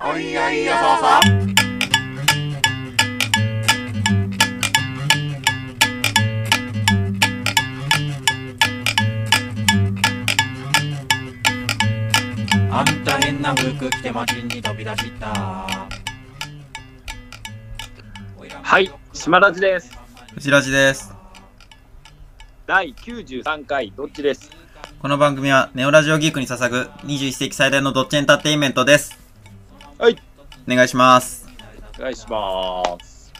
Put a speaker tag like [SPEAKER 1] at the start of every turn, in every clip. [SPEAKER 1] おいおいよそそあんた変な服着て街に飛び出した
[SPEAKER 2] はい、島ラジです。
[SPEAKER 3] 藤ラジです。
[SPEAKER 2] 第93回、どっちです。
[SPEAKER 3] この番組はネオラジオギークに捧ぐ21世紀最大のドッチエンターテインメントです。
[SPEAKER 2] はい。
[SPEAKER 3] お願いします。
[SPEAKER 2] お願いします。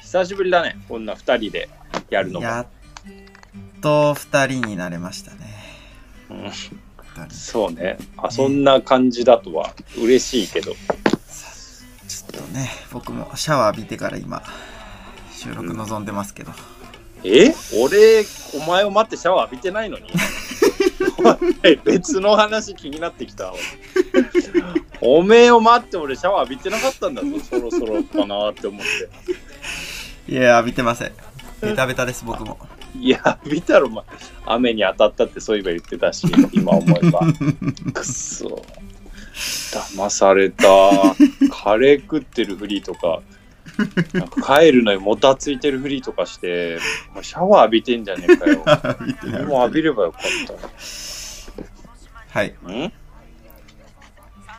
[SPEAKER 2] 久しぶりだね、こんな2人でやるのも。
[SPEAKER 3] やっと二人になれましたね。
[SPEAKER 2] うん
[SPEAKER 3] 二人
[SPEAKER 2] そうねあ、そんな感じだとは嬉しいけど。
[SPEAKER 3] ちょっとね、僕もシャワー浴びてから今、収録望んでますけど。
[SPEAKER 2] え俺、お前を待ってシャワー浴びてない のにおい別の話気になってきた。おめえを待って俺シャワー浴びてなかったんだぞ、そろそろかなって思って。
[SPEAKER 3] いや、浴びてません。ベタベタです、 僕も。
[SPEAKER 2] いや、見たら、ま、雨に当たったってそういえば言ってたし、今思 えば。くっそ。騙された。カレー食ってるふりとか、なんか帰るのにもたついてるふりとかして、もうシャワー浴びてんじゃねえかよ。
[SPEAKER 3] 浴びて
[SPEAKER 2] で
[SPEAKER 3] ない
[SPEAKER 2] もう浴びればよかっ
[SPEAKER 3] はい。
[SPEAKER 2] た。ん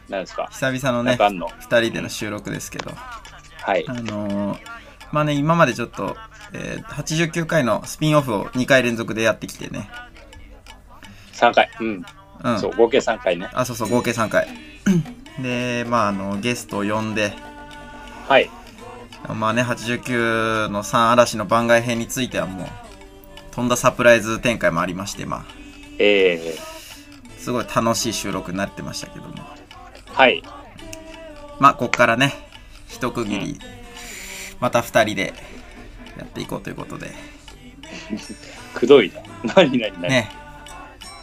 [SPEAKER 2] 何ですか
[SPEAKER 3] 久々の
[SPEAKER 2] な
[SPEAKER 3] ね
[SPEAKER 2] んか、あんの
[SPEAKER 3] 二人での収録ですけど。
[SPEAKER 2] はい
[SPEAKER 3] あ。のーまあね、今までちょっと、えー89回のスピンオフを2回連続でやってきてね。
[SPEAKER 2] 3回。うん。
[SPEAKER 3] うん。
[SPEAKER 2] そう、合計3回ね。
[SPEAKER 3] あ、そうそう、合計3回。 で、まあ、あの、ゲストを呼んで、
[SPEAKER 2] はい。
[SPEAKER 3] まあね、89の3嵐の番外編についてはもう、とんだサプライズ展開もありまして、まあ、
[SPEAKER 2] え
[SPEAKER 3] すごい楽しい収録になってましたけども。
[SPEAKER 2] ー、はい。
[SPEAKER 3] まあ、こっからね、一区切り、また2人でやっていこうということで。
[SPEAKER 2] くどいだ。何何何、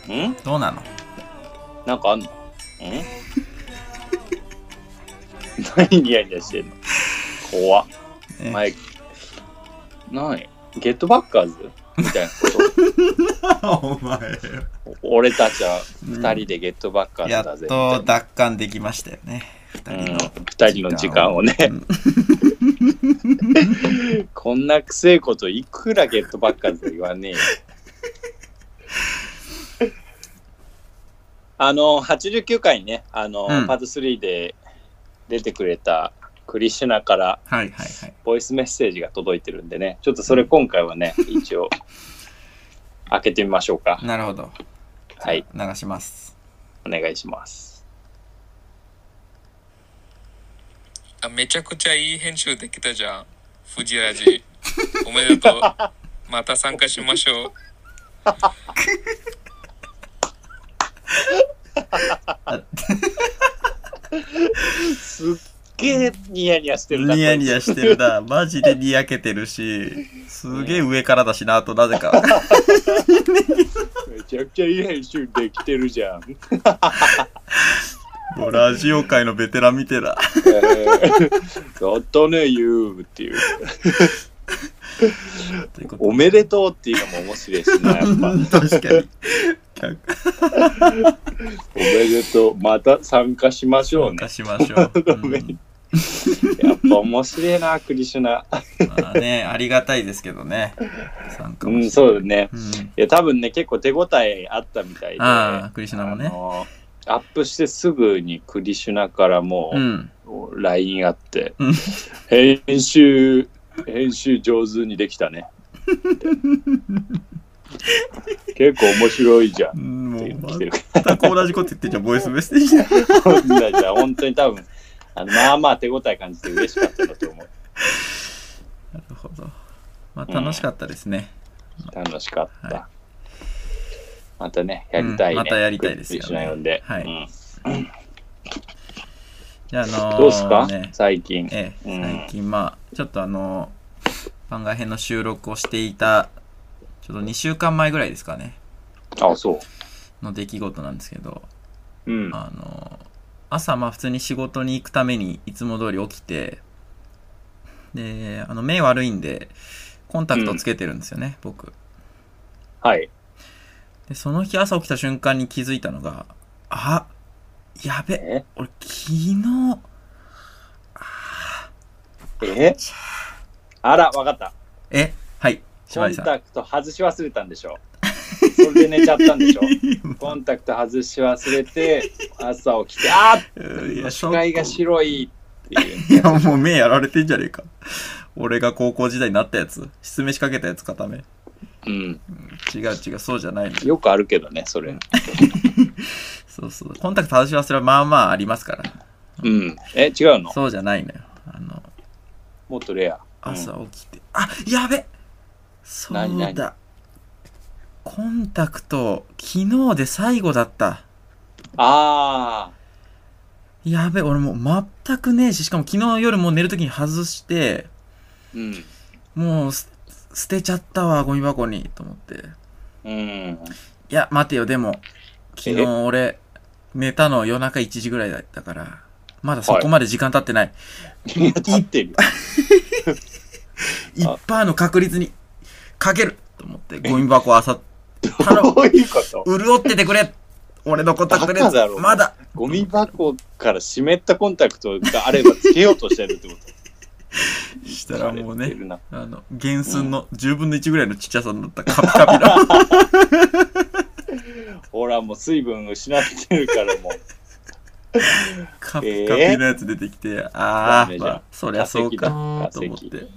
[SPEAKER 3] ね、
[SPEAKER 2] ん
[SPEAKER 3] どうなの
[SPEAKER 2] なんかあんのん何ニヤニヤしてんの怖っ。
[SPEAKER 3] ね
[SPEAKER 2] 前、何ゲットバッカーズみたいなこ
[SPEAKER 3] お前。
[SPEAKER 2] と。 俺たちは2人でゲットバッカーズ
[SPEAKER 3] や
[SPEAKER 2] だ
[SPEAKER 3] っ
[SPEAKER 2] ぜ。
[SPEAKER 3] と
[SPEAKER 2] み
[SPEAKER 3] 奪還できましたよね。
[SPEAKER 2] た
[SPEAKER 3] 二
[SPEAKER 2] いなう
[SPEAKER 3] 人
[SPEAKER 2] ん
[SPEAKER 3] の。
[SPEAKER 2] 二人の時間をね、
[SPEAKER 3] うん
[SPEAKER 2] こんなくせえこといくらゲットバッカーズで言わねえよ。 あの、89回にね、あの、
[SPEAKER 3] うん
[SPEAKER 2] パート3で出てくれたクリシュナから、
[SPEAKER 3] はいはいはい。
[SPEAKER 2] ボイスメッセージが届いてるんでね、ちょっとそれ今回は ね、一応、開けてみましょうか。
[SPEAKER 3] なるほど。
[SPEAKER 2] はい、
[SPEAKER 3] 流します。
[SPEAKER 2] お願いします。
[SPEAKER 4] あめちゃくちゃいい編集できたじゃん藤ラジおめでとうまた参加しましょう
[SPEAKER 2] すっげえニヤニヤしてる
[SPEAKER 3] ニヤニヤしてるな。マジでにやけてるし、すげえ上からだしな、あとなぜか。
[SPEAKER 2] めちゃくちゃいい編集できてるじ ゃん。
[SPEAKER 3] もうラジオ界のベテランみてえだ。
[SPEAKER 2] えーやったね、ゆうっていう。
[SPEAKER 3] ということ
[SPEAKER 2] おめでとうっていうのも面白いしな、やっぱ。
[SPEAKER 3] で確かに。客
[SPEAKER 2] おめでとう。また参加しましょう
[SPEAKER 3] 観
[SPEAKER 2] ね
[SPEAKER 3] 化。しましょう。うん
[SPEAKER 2] やっぱ面白いな、クリシュナ。
[SPEAKER 3] まあ ね、ありがたいですけどね。参加
[SPEAKER 2] う
[SPEAKER 3] も
[SPEAKER 2] ん、
[SPEAKER 3] して
[SPEAKER 2] そうだね。
[SPEAKER 3] うん
[SPEAKER 2] いや、多分ね、結構手応えあったみたいで。
[SPEAKER 3] ああ、クリシュナも
[SPEAKER 2] あ
[SPEAKER 3] ね。
[SPEAKER 2] のアップしてすぐにクリシュナからも
[SPEAKER 3] うん。
[SPEAKER 2] う LINE あって、
[SPEAKER 3] うん
[SPEAKER 2] 編集編集上手にできた ね結構面白いじゃん
[SPEAKER 3] うんも
[SPEAKER 2] っていうの来て
[SPEAKER 3] う
[SPEAKER 2] るか
[SPEAKER 3] 全く同じこと言ってんじゃん、ボイスメッセージで。
[SPEAKER 2] らこんなじゃん本当に多分あのまあまあ手応え感じて嬉しかったんだと思う
[SPEAKER 3] なるほど。まあ楽しかったですね。
[SPEAKER 2] 楽しかった、
[SPEAKER 3] は
[SPEAKER 2] またねやりたいね、
[SPEAKER 3] うんまたやりたいですよ
[SPEAKER 2] クリ
[SPEAKER 3] ね
[SPEAKER 2] シュナ呼んで、
[SPEAKER 3] はい
[SPEAKER 2] うん
[SPEAKER 3] じゃあ、あのー
[SPEAKER 2] どうすか、
[SPEAKER 3] ね
[SPEAKER 2] 最近
[SPEAKER 3] ええ、
[SPEAKER 2] うん
[SPEAKER 3] 最近まあちょっとあの番外編の収録をしていたちょっと2週間前ぐらいですかね
[SPEAKER 2] あそ
[SPEAKER 3] の出来事なんですけど
[SPEAKER 2] ううん
[SPEAKER 3] あの朝まあ普通に仕事に行くためにいつも通り起きてであの目悪いんでコンタクトつけてるんですよね、僕
[SPEAKER 2] はい
[SPEAKER 3] でその日朝起きた瞬間に気づいたのがあやべ、
[SPEAKER 2] え
[SPEAKER 3] 俺昨日、
[SPEAKER 2] えあら、わかった。
[SPEAKER 3] え、はい、
[SPEAKER 2] コ
[SPEAKER 3] 柴井
[SPEAKER 2] ン
[SPEAKER 3] さん。
[SPEAKER 2] タクト外し忘れたんでしょ。それで寝ちゃったん でしょ。コンタクト外し忘れて、朝起きて、あっ
[SPEAKER 3] いや、
[SPEAKER 2] 視
[SPEAKER 3] そ
[SPEAKER 2] 界が
[SPEAKER 3] い
[SPEAKER 2] 白いっていう。
[SPEAKER 3] や、もう目やられてんじゃねえか。俺が高校時代になったやつ。失明しかけたやつ固め。
[SPEAKER 2] うん。
[SPEAKER 3] 違う違う、そうじゃないの。
[SPEAKER 2] よくあるけどね、それ。
[SPEAKER 3] そうそう。コンタクト外し忘れはまあまあありますから。
[SPEAKER 2] うん。え、違うの
[SPEAKER 3] そうじゃないのよ。あの、
[SPEAKER 2] もっとレア。うん
[SPEAKER 3] 朝起きて、あやべそうだ
[SPEAKER 2] 何何
[SPEAKER 3] コンタクト昨日で最後だった
[SPEAKER 2] ああ。
[SPEAKER 3] やべ俺もう全くねえししかも昨日夜もう寝るときに外して
[SPEAKER 2] うん。
[SPEAKER 3] もうす捨てちゃったわゴミ箱にと思って
[SPEAKER 2] うん。
[SPEAKER 3] いや待てよでも昨日俺寝たの夜中1時ぐらいだったからまだそこまで時間経ってない、
[SPEAKER 2] いや立ってるよ。あ
[SPEAKER 3] 1%の確率にかけると思ってゴミ箱あさっ たの
[SPEAKER 2] どういうこと
[SPEAKER 3] 潤っててくれ俺のコンタクトレン
[SPEAKER 2] バカだろ
[SPEAKER 3] ズまだ
[SPEAKER 2] ゴミ箱から湿ったコンタクトがあればつけようとしてるってこと
[SPEAKER 3] したらもう
[SPEAKER 2] 疲れ
[SPEAKER 3] ね
[SPEAKER 2] てるな
[SPEAKER 3] あの原寸の10分の1ぐらいのちっちゃさになったカピカピの
[SPEAKER 2] ほら、もう水分失ってるからもう。
[SPEAKER 3] カピカピのやつ出てきて、
[SPEAKER 2] ダ
[SPEAKER 3] あー、
[SPEAKER 2] メじゃん
[SPEAKER 3] まあ、そりゃそう
[SPEAKER 2] 化
[SPEAKER 3] かと
[SPEAKER 2] 石
[SPEAKER 3] 思っ
[SPEAKER 2] だ
[SPEAKER 3] て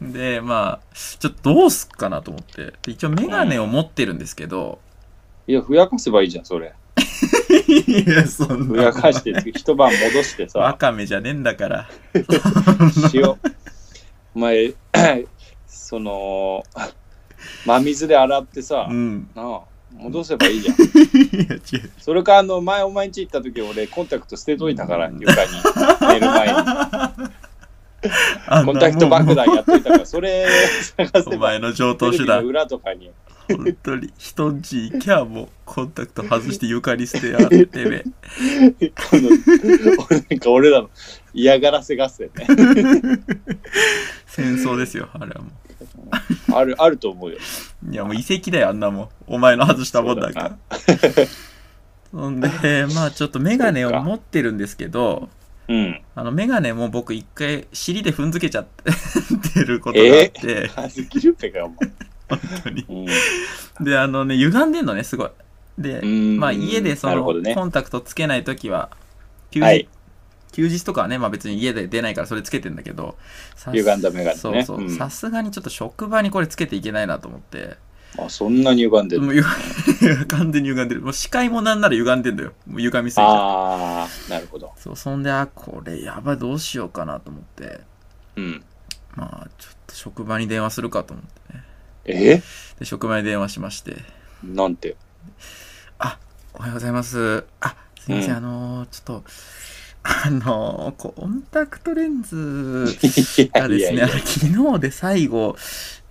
[SPEAKER 3] でまあちょっとどうすっかなと思ってで一応メガネを持ってるんですけど、
[SPEAKER 2] いや、ふやかせばいいじゃん、それ。
[SPEAKER 3] いやそん
[SPEAKER 2] ふ
[SPEAKER 3] な
[SPEAKER 2] やかして、一晩戻して
[SPEAKER 3] わ
[SPEAKER 2] さ、
[SPEAKER 3] かめじゃねえんだから
[SPEAKER 2] 塩。お前、 その、真水で洗ってさ
[SPEAKER 3] う、ん
[SPEAKER 2] なあ、戻せばいいじゃん。
[SPEAKER 3] いや違う
[SPEAKER 2] それか、あの、前お前んち行った時、俺、コンタクト捨てといたから、床に、寝る 前に。
[SPEAKER 3] あんな
[SPEAKER 2] コンタクト
[SPEAKER 3] もう
[SPEAKER 2] 爆弾やっといたから、それ探
[SPEAKER 3] お
[SPEAKER 2] せば
[SPEAKER 3] 前、の上
[SPEAKER 2] テ
[SPEAKER 3] 等
[SPEAKER 2] レ
[SPEAKER 3] 手
[SPEAKER 2] ビの
[SPEAKER 3] 段
[SPEAKER 2] 裏とかに。
[SPEAKER 3] 本当に人んち行きゃもうコンタクト外して床に捨てや がっててめえ
[SPEAKER 2] このなんか俺らの嫌がらせ合戦ね。
[SPEAKER 3] 戦争ですよあれはも
[SPEAKER 2] ある、あると思うよ。
[SPEAKER 3] ういやもう遺跡だよあんなもんお前の外したもんだからそ んでまあちょっとメガネを持ってるんですけど
[SPEAKER 2] うん。
[SPEAKER 3] あのメガネも僕一回尻で踏んづけちゃってることがあって、
[SPEAKER 2] はずきるってか、お
[SPEAKER 3] 本当に
[SPEAKER 2] 前。
[SPEAKER 3] であのね歪んでんのねすごいで
[SPEAKER 2] うん
[SPEAKER 3] まあ家でそ
[SPEAKER 2] なるほ
[SPEAKER 3] の、
[SPEAKER 2] どね
[SPEAKER 3] コ。ンタクトつけないときは休日,、
[SPEAKER 2] はい。
[SPEAKER 3] 休日とかはね、まあ、別に家で出ないからそれつけてんだけどさす
[SPEAKER 2] 歪んだメガネね。
[SPEAKER 3] そうそうう。
[SPEAKER 2] ん
[SPEAKER 3] さすがにちょっと職場にこれつけていけないなと思って。
[SPEAKER 2] あ、そんなに歪んでる。
[SPEAKER 3] もうゆ 完全に歪んでる。もう視界もなんなら歪んでんだよ。もう歪みすぎて。
[SPEAKER 2] ああ、なるほど。
[SPEAKER 3] そう、そんで、あ、これやばい、どうしようかなと思って。
[SPEAKER 2] うん。
[SPEAKER 3] まあ、ちょっと職場に電話するかと思ってね。
[SPEAKER 2] え
[SPEAKER 3] で、職場に電話しまして。
[SPEAKER 2] なんて。
[SPEAKER 3] おはようございます。あ、すいません、
[SPEAKER 2] うん
[SPEAKER 3] あのーちょっと、 あのーコンタクトレンズ
[SPEAKER 2] いや
[SPEAKER 3] がで
[SPEAKER 2] い
[SPEAKER 3] す
[SPEAKER 2] やい
[SPEAKER 3] ね、
[SPEAKER 2] や
[SPEAKER 3] あの昨日で最後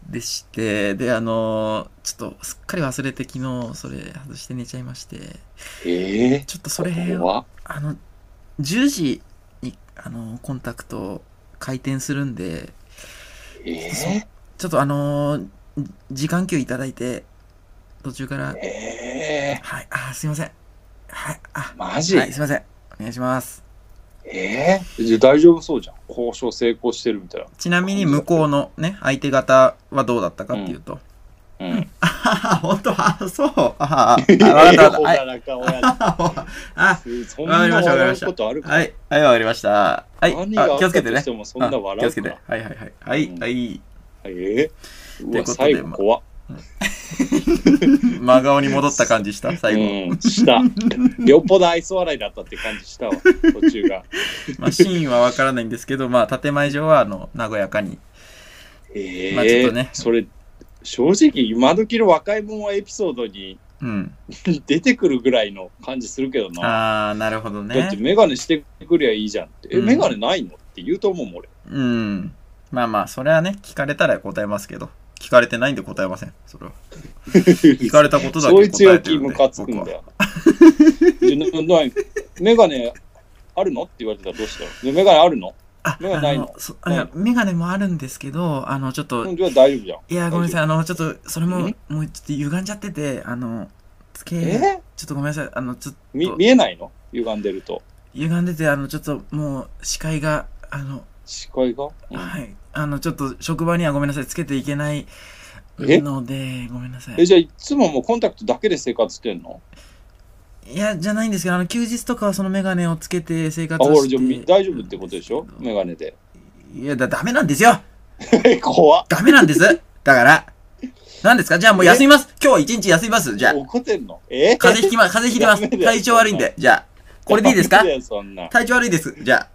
[SPEAKER 3] でして、で、あのーちょっとすっかり忘れて昨日それ外して寝ちゃいまして、
[SPEAKER 2] え
[SPEAKER 3] ちょっとそれ
[SPEAKER 2] ー、
[SPEAKER 3] を、
[SPEAKER 2] 怖っ
[SPEAKER 3] あの、10時に、あのーコンタクト回転するんで、
[SPEAKER 2] え
[SPEAKER 3] ちょっとあのー時間給いただいて、途中から
[SPEAKER 2] ー、、え
[SPEAKER 3] はい、あ、すいません。はい、あ
[SPEAKER 2] ー、、マジ、
[SPEAKER 3] はい、すいません。お願いします。
[SPEAKER 2] えー、じゃあ大丈夫そうじゃん。交渉成功してるみたい
[SPEAKER 3] ちなみに向こうのね、相手方はどうだったかっていうと。
[SPEAKER 2] な。うん。
[SPEAKER 3] あはは、 本当あ、そう。あ はは、あわかったわかった。
[SPEAKER 2] ほ
[SPEAKER 3] はい
[SPEAKER 2] ら、中親父
[SPEAKER 3] あ、
[SPEAKER 2] そんな笑うことあるか
[SPEAKER 3] はい、はい、わかりました。はい、
[SPEAKER 2] 何が
[SPEAKER 3] あ
[SPEAKER 2] あっ
[SPEAKER 3] 気を
[SPEAKER 2] た
[SPEAKER 3] つけて
[SPEAKER 2] と
[SPEAKER 3] ね
[SPEAKER 2] して。もそんな
[SPEAKER 3] あ気
[SPEAKER 2] 笑
[SPEAKER 3] を
[SPEAKER 2] う
[SPEAKER 3] つけて。
[SPEAKER 2] か
[SPEAKER 3] は。いはいはい。はい、
[SPEAKER 2] うん
[SPEAKER 3] はい。
[SPEAKER 2] えー、う
[SPEAKER 3] と
[SPEAKER 2] わ、
[SPEAKER 3] いうことで
[SPEAKER 2] 最後怖っ。
[SPEAKER 3] 真顔に戻った感じした、最後。
[SPEAKER 2] うん、 した。よっぽど愛想笑いだったって感じしたわ、途中が。
[SPEAKER 3] まあ、シーンはわからないんですけど、まあ、建前上は、あの、和やかに。
[SPEAKER 2] ええ
[SPEAKER 3] まあちょっとね
[SPEAKER 2] それ、正直、今時の若いもんはエピソードに
[SPEAKER 3] うん。
[SPEAKER 2] 出てくるぐらいの感じするけどな。
[SPEAKER 3] あー、なるほど
[SPEAKER 2] だっ
[SPEAKER 3] ね
[SPEAKER 2] て、。メガネしてくりゃいいじゃんって。え、
[SPEAKER 3] うん
[SPEAKER 2] メガネないのって言うと思うもん、俺。
[SPEAKER 3] うん。まあまあ、それはね、聞かれたら答えますけど、聞かれてないんで答えません。それは。聞かれたことだけ
[SPEAKER 2] そういう
[SPEAKER 3] 答え
[SPEAKER 2] 強
[SPEAKER 3] て
[SPEAKER 2] 気
[SPEAKER 3] るん
[SPEAKER 2] ム
[SPEAKER 3] で。
[SPEAKER 2] カつくん
[SPEAKER 3] 僕
[SPEAKER 2] だ
[SPEAKER 3] は
[SPEAKER 2] よ。でななメガネあるのって言われたらどうしたのでメガネあるの
[SPEAKER 3] あ、
[SPEAKER 2] 目がないの
[SPEAKER 3] あそあいやメガネもあるんですけど、あの、ちょっと、
[SPEAKER 2] うん
[SPEAKER 3] い
[SPEAKER 2] じゃあ大丈夫じゃん。
[SPEAKER 3] や、ごめんなさい、あの、ちょっと、それも
[SPEAKER 2] ん、
[SPEAKER 3] もうちょっと歪んじゃってて、あの、つけちょ
[SPEAKER 2] え
[SPEAKER 3] っとごめんなさいあのちょっ
[SPEAKER 2] み
[SPEAKER 3] と
[SPEAKER 2] 見えないの歪んでると。
[SPEAKER 3] 歪んでてあのちょっともう視界があの、
[SPEAKER 2] 視界が、うん
[SPEAKER 3] はいあのちょっと職場にはごめんなさいつけていけない
[SPEAKER 2] え
[SPEAKER 3] のでごめんなさ
[SPEAKER 2] え、
[SPEAKER 3] い
[SPEAKER 2] じゃあいつももうコンタクトだけで生活してんの
[SPEAKER 3] いやじゃないんですけどあの休日とかはその眼鏡をつけて生
[SPEAKER 2] あ、
[SPEAKER 3] 活を
[SPEAKER 2] 俺じ
[SPEAKER 3] して
[SPEAKER 2] ゃあみ大丈夫ってことでしょメガネで。
[SPEAKER 3] いやだダメなんですよ
[SPEAKER 2] え、怖っ。
[SPEAKER 3] ダメなんですだから何ですかじゃあもう休みます今日は一日休みますじゃあ
[SPEAKER 2] 怒ってんのえ
[SPEAKER 3] 風邪ひきま風邪ひきます
[SPEAKER 2] ダメだよ
[SPEAKER 3] 体調悪いんでじゃあこれでいいです
[SPEAKER 2] ダ
[SPEAKER 3] か
[SPEAKER 2] メだよそん な
[SPEAKER 3] 体調悪いですじゃあ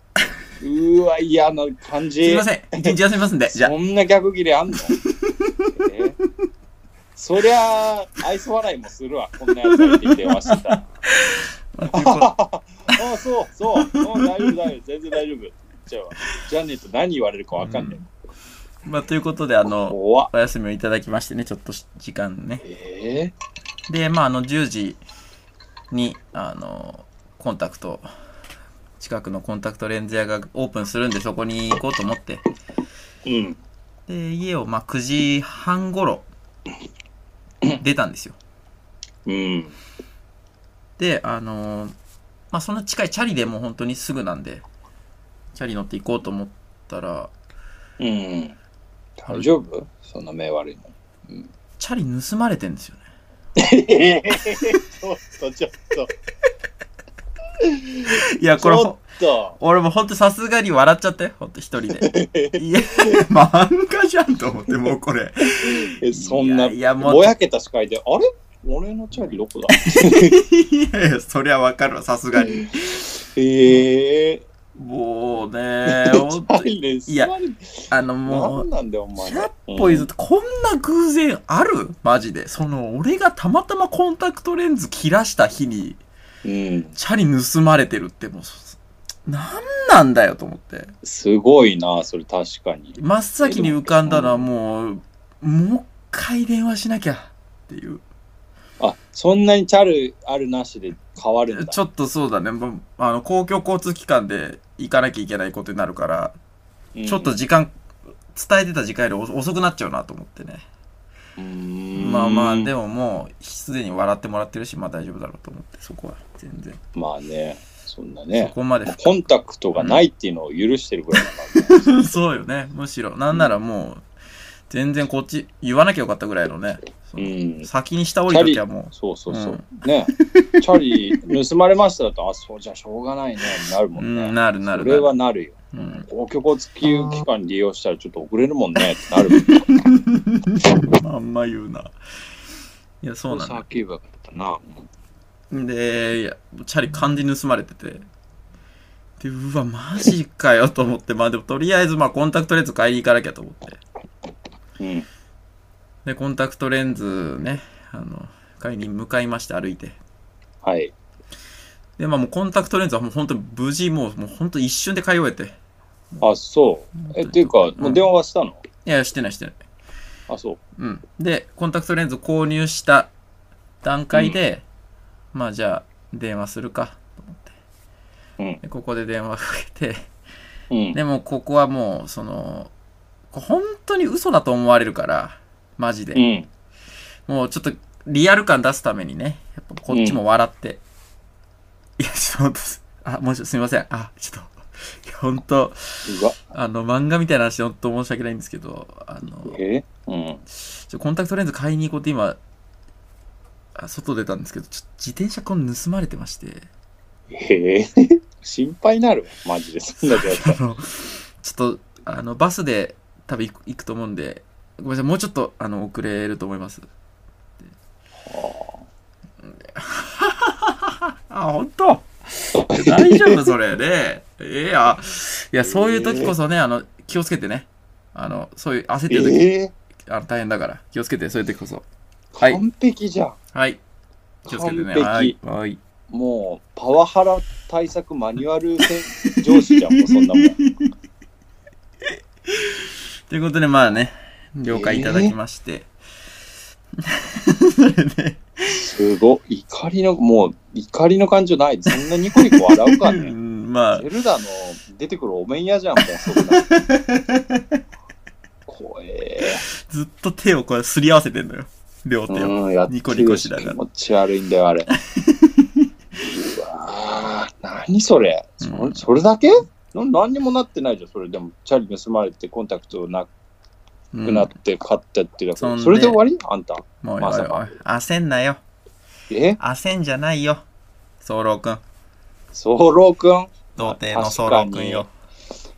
[SPEAKER 2] うーわ、嫌な感じ。
[SPEAKER 3] すいません一日休みますんでじゃあ
[SPEAKER 2] そんな逆ギレあんのえそりゃあ、愛想笑いもするわ、こんなやつがいて電話してた ら。ああ、そう、そう、うん大丈夫、大丈夫、全然大丈夫。じゃあ、ジャニーと何言われるかわかんない。
[SPEAKER 3] まあ、ということで、あの、
[SPEAKER 2] 怖っ。
[SPEAKER 3] お休みをいただきましてね、ちょっとし時間ね。
[SPEAKER 2] え
[SPEAKER 3] で、まあ、あの、10時に、あの、コンタクト、近くのコンタクトレンズ屋がオープンするんで、そこに行こうと思って。
[SPEAKER 2] えうん。
[SPEAKER 3] で、家を、まあ、9時半頃、出たんですよ。
[SPEAKER 2] うん。
[SPEAKER 3] で、あの、まあ、そんな近いチャリでもう本当にすぐなんで、チャリ乗って行こうと思ったら、
[SPEAKER 2] うん。大丈夫そんな目悪いの。
[SPEAKER 3] チャリ盗まれてんですよね。
[SPEAKER 2] ええちょっと、ちょっと、
[SPEAKER 3] いや、
[SPEAKER 2] ち
[SPEAKER 3] これ、
[SPEAKER 2] ょっと。
[SPEAKER 3] 俺もほんとさすがに笑っちゃって、ほんと一人で。 いや、漫画じゃんと思って、もうこれ。
[SPEAKER 2] え、そんな、
[SPEAKER 3] いやいやもう
[SPEAKER 2] ぼやけた視界で、あれ俺のチャリどこだ
[SPEAKER 3] いやいや、 そりゃわかるわ、さすがに。
[SPEAKER 2] ええ
[SPEAKER 3] もうね、ほんとに。
[SPEAKER 2] ね、
[SPEAKER 3] いや
[SPEAKER 2] 座れ
[SPEAKER 3] あ
[SPEAKER 2] な
[SPEAKER 3] のも
[SPEAKER 2] ん
[SPEAKER 3] う、
[SPEAKER 2] なんだよ、お前。
[SPEAKER 3] 100ポイズっ
[SPEAKER 2] と。
[SPEAKER 3] てこんな偶然あるマジで。その、俺がたまたまコンタクトレンズ切らした日に、
[SPEAKER 2] うん。
[SPEAKER 3] チャリ盗まれてるって、もう、そなんなんだよと思って。
[SPEAKER 2] すごいな、それ確かに。
[SPEAKER 3] 真っ先に浮かんだのはもう、もう一回電話しなきゃっていう。
[SPEAKER 2] あ、そんなにチャルあるなしで変わるんだ。
[SPEAKER 3] ちょっとそうだね、まあの公共交通機関で行かなきゃいけないことになるから、
[SPEAKER 2] うん
[SPEAKER 3] ちょっと。時間、伝えてた時間より遅遅くなっちゃうなと思ってね。ま
[SPEAKER 2] ま
[SPEAKER 3] あまあ、で
[SPEAKER 2] も。
[SPEAKER 3] ももう、すでに笑ってもらってるし、まあ大丈夫だろうと思って、そこは、全然。
[SPEAKER 2] まあね、そんな
[SPEAKER 3] そ
[SPEAKER 2] ね。
[SPEAKER 3] こまで、
[SPEAKER 2] コンタクトがないっていうのを許してるぐらいだからね。
[SPEAKER 3] そうよね、むしろ。なんならもう、全然こっち、言わなきゃよかったぐらいのね、その
[SPEAKER 2] うん
[SPEAKER 3] 先に下降りときはも
[SPEAKER 2] そうそうそうう。ね。チャリ盗まれましただと、あ、そうじゃしょうがないね。なる
[SPEAKER 3] う、
[SPEAKER 2] も
[SPEAKER 3] うん
[SPEAKER 2] ね。
[SPEAKER 3] ん、なるな
[SPEAKER 2] そ
[SPEAKER 3] る
[SPEAKER 2] れ
[SPEAKER 3] な
[SPEAKER 2] は
[SPEAKER 3] る。
[SPEAKER 2] なるよ。
[SPEAKER 3] うん、
[SPEAKER 2] 公共交通機関利用したらちょっと遅れるもんねってなるもん。
[SPEAKER 3] まんま言うな。いや、そうなんだよ。
[SPEAKER 2] 叫ばかったな。
[SPEAKER 3] で、いやチャリ完全に盗まれてて。で、うわ、マジかよと思って、まあでもとりあえず、まあコンタクトレンズ買いに行かなきゃと思って。
[SPEAKER 2] うん。
[SPEAKER 3] で、コンタクトレンズね、あの、買いに向かいまして歩いて。
[SPEAKER 2] はい。
[SPEAKER 3] で、まあもうコンタクトレンズはもう本当に無事、もう、もう本当一瞬で買い終えて。い
[SPEAKER 2] あ、そう。え、っていうか、もう電話はしたの、
[SPEAKER 3] や、してないしてない。
[SPEAKER 2] あ、そう。
[SPEAKER 3] うん。で、コンタクトレンズ購入した段階で、まあじゃあ、電話するか、と思って。
[SPEAKER 2] うん
[SPEAKER 3] でここで電話かけて、
[SPEAKER 2] うん。
[SPEAKER 3] でもここはもうそのこう本当に嘘だと思われるからマジで、
[SPEAKER 2] うん。
[SPEAKER 3] もうちょっとリアル感出すためにねやっぱこっちも笑って、いやちょっとあもしすみませんあちょっといや本当
[SPEAKER 2] うわ、
[SPEAKER 3] あの漫画みたいな話本当申し訳ないんですけどあの
[SPEAKER 2] えうん。
[SPEAKER 3] ちょコンタクトレンズ買いに行こうって今あ外出たんですけどちょっと自転車この盗まれてまして
[SPEAKER 2] へえ。 心配になるわマジで。そんな状態。
[SPEAKER 3] あの、ちょっと、あの、バスで多分行く行くと思うんで、ごめんなさい、もうちょっと、あの、遅れると思います。で あ、本当大丈夫それね。いや、いや、そういう時こそね、あの、気をつけてね。あの、そう いう焦ってる時、
[SPEAKER 2] ええ
[SPEAKER 3] あの大変だから、気をつけて、そういう時こそ。はい
[SPEAKER 2] 完璧じゃん。
[SPEAKER 3] はい。気をつけて
[SPEAKER 2] 完
[SPEAKER 3] ね。
[SPEAKER 2] 璧
[SPEAKER 3] はい。はい。
[SPEAKER 2] もう、パワハラ対策マニュアルせ上司じゃん、もうそんなもん。
[SPEAKER 3] ということで、まあね、了解いただきまして。それで、
[SPEAKER 2] すごい。怒りの、もう、怒りの感情ない。そんなニコニコ笑うか
[SPEAKER 3] う
[SPEAKER 2] ね。
[SPEAKER 3] んまあ
[SPEAKER 2] ゼ、ルダの出てくるお面屋じゃん、もうそんな。怖え。
[SPEAKER 3] ずっと手をこれすり合わせてんのよ。両手を。
[SPEAKER 2] うん、やって
[SPEAKER 3] ニコニコしながら
[SPEAKER 2] 気持ち悪いんだよ、あれ。うわー何それそ
[SPEAKER 3] うん
[SPEAKER 2] それだけな何にもなってないじゃん、それでも。チャリ盗まれてコンタクトな
[SPEAKER 3] うん
[SPEAKER 2] くなって買ったってだけ、
[SPEAKER 3] そんで
[SPEAKER 2] それで終わりあんた。
[SPEAKER 3] もう
[SPEAKER 2] ま
[SPEAKER 3] おい
[SPEAKER 2] さ
[SPEAKER 3] おい
[SPEAKER 2] か
[SPEAKER 3] おい焦んなよ。
[SPEAKER 2] え
[SPEAKER 3] 焦んじゃないよ。早漏くん。
[SPEAKER 2] ソロくん
[SPEAKER 3] 童貞の早漏くんよ。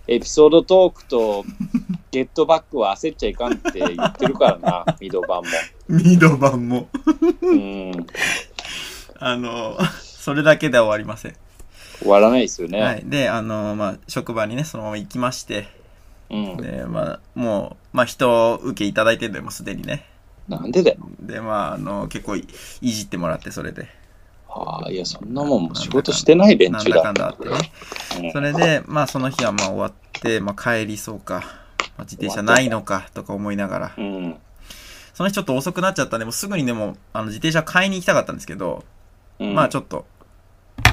[SPEAKER 2] エピソードトーク とゲットバックは焦っちゃいかんって言ってるからな、ミド版も。
[SPEAKER 3] 二度版も。
[SPEAKER 2] うん、
[SPEAKER 3] あの、それだけでは終わりません。
[SPEAKER 2] 終わらないですよね。
[SPEAKER 3] はい。で、あの、まあ、職場にね、そのまま行きまして、
[SPEAKER 2] うん、
[SPEAKER 3] で、まあ、もう、まあ、人を受けいただいてるんで、もうすでにね。
[SPEAKER 2] なんでだよ。
[SPEAKER 3] で、まあ、あの、結構いいじってもらって、それで。
[SPEAKER 2] ああ、いや、そんなもんもう仕事してない連
[SPEAKER 3] なん
[SPEAKER 2] 中
[SPEAKER 3] だ
[SPEAKER 2] だ。
[SPEAKER 3] かんだあってね。
[SPEAKER 2] うん
[SPEAKER 3] それで、まあその日はまあ終わって、まあ帰りそうか、まあ、自転車ないのかとか思いながら
[SPEAKER 2] う、ん。
[SPEAKER 3] その日ちょっと遅くなっちゃったんで、もうすぐにでもあの自転車買いに行きたかったんですけど、
[SPEAKER 2] うん、
[SPEAKER 3] まあちょっと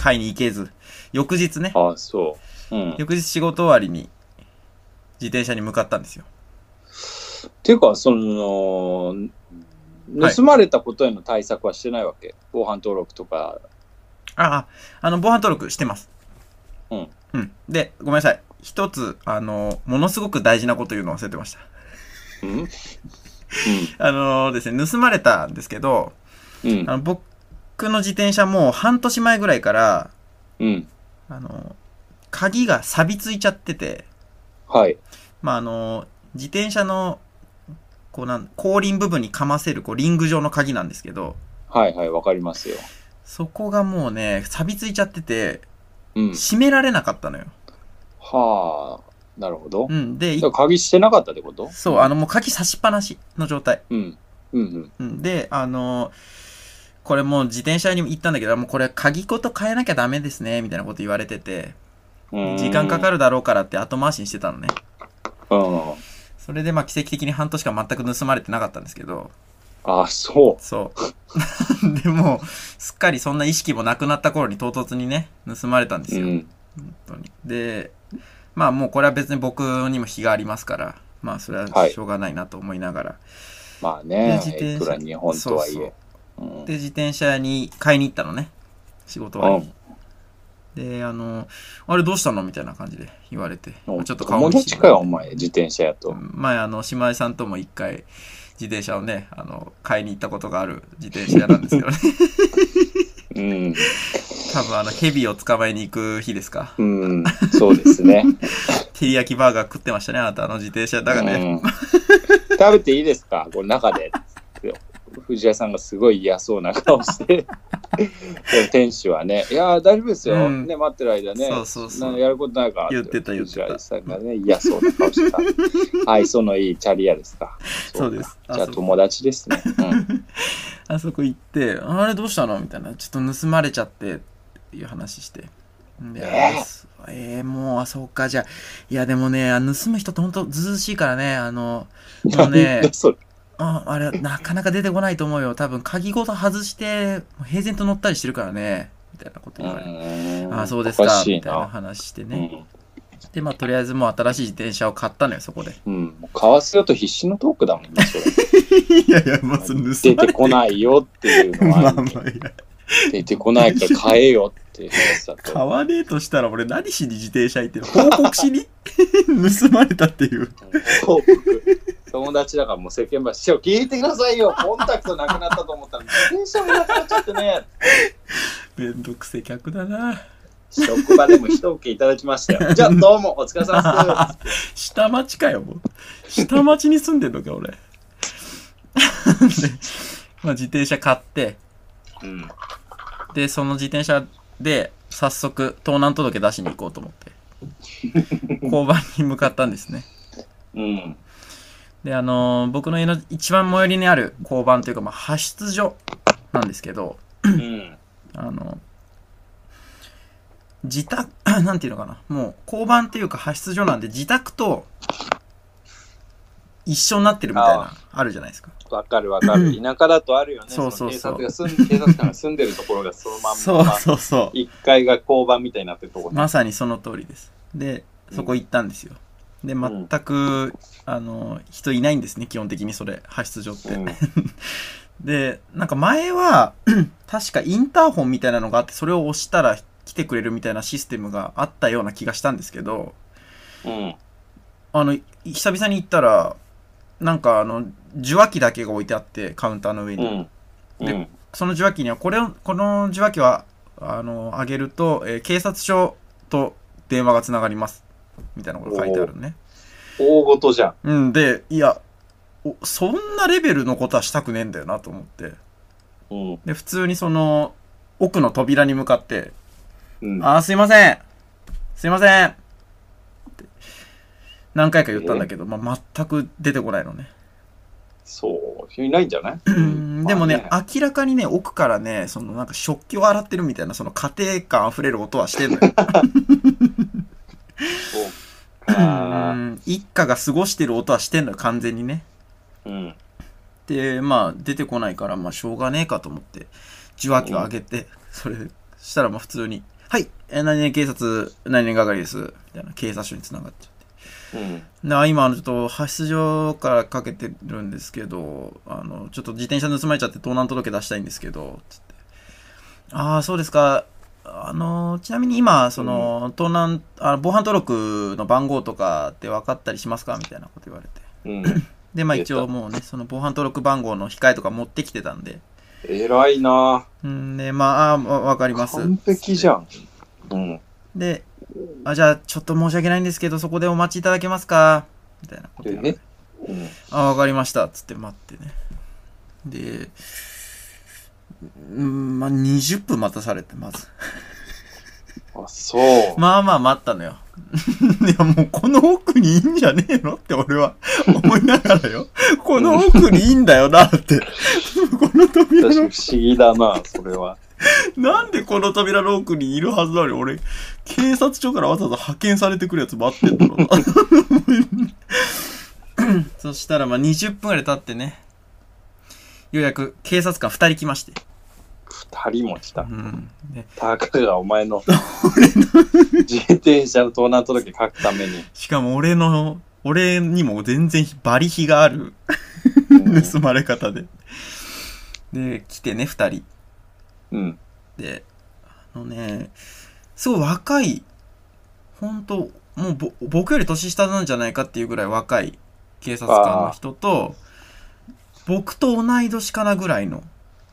[SPEAKER 3] 買いに行けず、翌日ね、
[SPEAKER 2] ああ、そう。うん。
[SPEAKER 3] 翌日仕事終わりに自転車に向かったんですよ。
[SPEAKER 2] ていうか、その、
[SPEAKER 3] はい
[SPEAKER 2] 盗まれたことへの対策はしてないわけ。防犯登録とか。
[SPEAKER 3] ああ、あの防犯登録してます。
[SPEAKER 2] うん。
[SPEAKER 3] うん。で、ごめんなさい。一つ、あの、ものすごく大事なこと言うの忘れてました。
[SPEAKER 2] うん。うん。
[SPEAKER 3] あのですね、盗まれたんですけど、
[SPEAKER 2] うん
[SPEAKER 3] あ。の僕の自転車もう半年前ぐらいから、
[SPEAKER 2] うん。
[SPEAKER 3] あの、鍵が錆びついちゃってて、
[SPEAKER 2] はい。
[SPEAKER 3] まあ、あの、自転車の、こうなん、後輪部分にかませる、こう、リング状の鍵なんですけど、
[SPEAKER 2] はいはい、わかりますよ。
[SPEAKER 3] そこがもうね、錆びついちゃってて、
[SPEAKER 2] うん。
[SPEAKER 3] 閉められなかったのよ。
[SPEAKER 2] はあ、なるほど
[SPEAKER 3] う。ん。で、い
[SPEAKER 2] だから鍵してなかったってこと
[SPEAKER 3] そう、あの、もう鍵差しっぱなしの状態。
[SPEAKER 2] うん。うんうん。
[SPEAKER 3] うん。で、あの、これもう自転車屋にも行ったんだけど、もうこれ鍵ごと変えなきゃダメですね、みたいなこと言われてて、
[SPEAKER 2] うーん
[SPEAKER 3] 時間かかるだろうからって後回しにしてたのね。
[SPEAKER 2] うん。
[SPEAKER 3] それでまあ奇跡的に半年間全く盗まれてなかったんですけど、
[SPEAKER 2] ああ、そ
[SPEAKER 3] そう。 でもう、すっかりそんな意識もなくなった頃に唐突にね、盗まれたんで
[SPEAKER 2] う。う
[SPEAKER 3] すよ。
[SPEAKER 2] ん。
[SPEAKER 3] 本当に。で、まあもうこれは別に僕にも非がありますから、まあそれは
[SPEAKER 2] はい
[SPEAKER 3] しょうがないなと思いながら。
[SPEAKER 2] まあねい
[SPEAKER 3] で、自
[SPEAKER 2] く
[SPEAKER 3] 転車
[SPEAKER 2] ら日本とはい
[SPEAKER 3] そう
[SPEAKER 2] え。うん
[SPEAKER 3] で、自転車に買いに行ったのね。仕事終わりに。で、あの、あれどうしたのみたいな感じで言われて。
[SPEAKER 2] う
[SPEAKER 3] まあ
[SPEAKER 2] ん
[SPEAKER 3] ちょっと
[SPEAKER 2] 友
[SPEAKER 3] 見知
[SPEAKER 2] 達
[SPEAKER 3] り
[SPEAKER 2] かよ、お前、自転車やと。
[SPEAKER 3] 前あの姉妹さんとも一回自転車をねあの買いに行ったことがある自転車屋なんですけ どね
[SPEAKER 2] うん。
[SPEAKER 3] 多分あのヘビを捕まえに行く日ですか
[SPEAKER 2] うん。そうですね。
[SPEAKER 3] 照り焼きバーガー食ってましたねあなたあの自転車 だからね、
[SPEAKER 2] うん食べていいですかこれ中で。藤井さんがすごい嫌そうな顔 して。でも店主はね、いやー、大丈夫ですよ。
[SPEAKER 3] うん
[SPEAKER 2] ね、待ってる間ね。
[SPEAKER 3] そうそうそう
[SPEAKER 2] なやることないから。
[SPEAKER 3] 言ってた言ってた
[SPEAKER 2] 藤井さんがね、嫌そうな顔してた。 愛想のいいチャリアですか。
[SPEAKER 3] そう
[SPEAKER 2] か
[SPEAKER 3] です
[SPEAKER 2] じゃ
[SPEAKER 3] あ
[SPEAKER 2] あ
[SPEAKER 3] そこ
[SPEAKER 2] 友達ですね。うん
[SPEAKER 3] あそこ行ってあれどうしたのみたいなちょっと盗まれちゃってっていう話してで
[SPEAKER 2] え
[SPEAKER 3] えーもうあそうかじゃあいやでもねあの盗む人ってほんとずうずうしいからね あのもうね
[SPEAKER 2] なんだそれ
[SPEAKER 3] ああれなかなか出てこないと思うよ多分鍵ごと外してもう平然と乗ったりしてるからねみたいなこと言われて、
[SPEAKER 2] うん
[SPEAKER 3] あそうですか
[SPEAKER 2] おし
[SPEAKER 3] み
[SPEAKER 2] い
[SPEAKER 3] たいな
[SPEAKER 2] な。
[SPEAKER 3] 話してね、でまあとりあえずもう新しい自転車を買ったのよそこで
[SPEAKER 2] うん。うん。もう為替だと必死のトークだもんね、そ れ。
[SPEAKER 3] いやいやま
[SPEAKER 2] 出てこないよっていうのはあるけど。
[SPEAKER 3] いや
[SPEAKER 2] 出てこないから買えよって話だと。
[SPEAKER 3] わねえとしたら俺何しに自転車行ってる報告しに 盗まれたっていう
[SPEAKER 2] 報告友達だからもう世間話、師匠聞いてくださいよコンタクトなくなったと思ったら、自転車もなくなっちゃってね。
[SPEAKER 3] めんどくせえ客だな
[SPEAKER 2] 職場でも一受けいただきました よ。じゃあどうも、お疲れ様で
[SPEAKER 3] 下町かよもう下町に住んでんのか俺 でまあ自転車買って
[SPEAKER 2] す。うん。
[SPEAKER 3] でその自転車で早速盗難届出しに行こうと思って交番に向かったんですね
[SPEAKER 2] うん。
[SPEAKER 3] であのー僕の家の一番最寄りにある交番というか、まあ、派出所なんですけど
[SPEAKER 2] うん。
[SPEAKER 3] あの自宅 なんていうのかなもう交番というか派出所なんで自宅と一緒になってるみたいな
[SPEAKER 2] あ
[SPEAKER 3] あるじゃないですか
[SPEAKER 2] わかるわかる。田舎だとあるよね。
[SPEAKER 3] そうそうそう
[SPEAKER 2] の警察が住ん警 察官が住んでるところがそのまんま。
[SPEAKER 3] そうそうそう
[SPEAKER 2] 一階が交番みたいになってるところ、ね
[SPEAKER 3] まさにその通りです。で、そこ行ったんですよ。で、全く、あの、人いないんですね、基本的にそれ、派出所って。
[SPEAKER 2] うん
[SPEAKER 3] で、なんか前は、 確かインターホンみたいなのがあって、それを押したら来てくれるみたいなシステムがあったような気がしたんですけど、
[SPEAKER 2] うん。
[SPEAKER 3] あの、い久々に行ったら、なんかあの、受話器だけが置いてあって、カウンターの上
[SPEAKER 2] う
[SPEAKER 3] に。
[SPEAKER 2] ん。うん。
[SPEAKER 3] その受話器には、これを、この受話器は、あの、あげると、えー警察署と電話がつながります。みたいなことが書いてあるのね。
[SPEAKER 2] 大ごとじゃん。
[SPEAKER 3] うんで、いや、おそんなレベルのことはしたくねえんだよなと思って。
[SPEAKER 2] うん。
[SPEAKER 3] で、普通にその、奥の扉に向かって、
[SPEAKER 2] うん。
[SPEAKER 3] あー、すいません。すいません。って何回か言ったんだけど、まあ、全く出てこないのね。
[SPEAKER 2] そう。いないんじゃない
[SPEAKER 3] うんでもね、
[SPEAKER 2] まあ
[SPEAKER 3] 明らかにね、奥からね、そのなんか食器を洗ってるみたいな、その家庭感溢れる音はしてんの よ。
[SPEAKER 2] そう
[SPEAKER 3] う
[SPEAKER 2] か。
[SPEAKER 3] ん一家が過ごしてる音はしてんのよ、完全にね。
[SPEAKER 2] うん。
[SPEAKER 3] で、まあ、出てこないから、まあ、しょうがねえかと思って、受話器を上げて、それで、そしたらまあ、普通に、はい、えー何々警察、何々係です、みたいな、警察署に繋がっちゃって。
[SPEAKER 2] うん。
[SPEAKER 3] な今あのちょっと発出所からかけてるんですけどあのちょっと自転車盗まれちゃって盗難届出したいんですけどつってああそうですかあのちなみに今その、盗難あ防犯登録の番号とかって分かったりしますかみたいなこと言われて
[SPEAKER 2] うん。
[SPEAKER 3] でまあ
[SPEAKER 2] 出た
[SPEAKER 3] 一応もうねその防犯登録番号の控えとか持ってきてたんで
[SPEAKER 2] 偉いな。
[SPEAKER 3] うんでまああーわ分かります
[SPEAKER 2] 完璧じゃん。うん。
[SPEAKER 3] であじゃあちょっと申し訳ないんですけどそこでお待ちいただけますかみたいなこと言われて
[SPEAKER 2] でねうん。
[SPEAKER 3] あ、わかりました。つって待ってね。で、うんまあ、20分待たされて、まず。
[SPEAKER 2] あ、そう。
[SPEAKER 3] まあまあ待ったのよ。 いや、もうこの奥にいいんじゃねえのって俺は 思いながらよ。この奥にいいんだよな って。この扉
[SPEAKER 2] 私不
[SPEAKER 3] の、
[SPEAKER 2] 思議だな、それは。
[SPEAKER 3] なんでこの扉の奥にいるはずなのに、俺、警察署からわざわざ派遣されてくるやつ待ってんだろうな。そしたら、まあ20分ぐらい経ってね、ようやく警察官2人来まして。
[SPEAKER 2] 二人も来た
[SPEAKER 3] う。ん。で
[SPEAKER 2] たかがお 前の自転車の盗難届書くために。
[SPEAKER 3] しかも俺の、俺にも全然バリヒがある
[SPEAKER 2] うん
[SPEAKER 3] 盗まれ方で。で、来てね、2人。
[SPEAKER 2] うん。
[SPEAKER 3] で、あのね、すごい若い、本当もうぼ僕より年下なんじゃないかっていうぐらい若い警察官の人と、僕と同い年かなぐらいの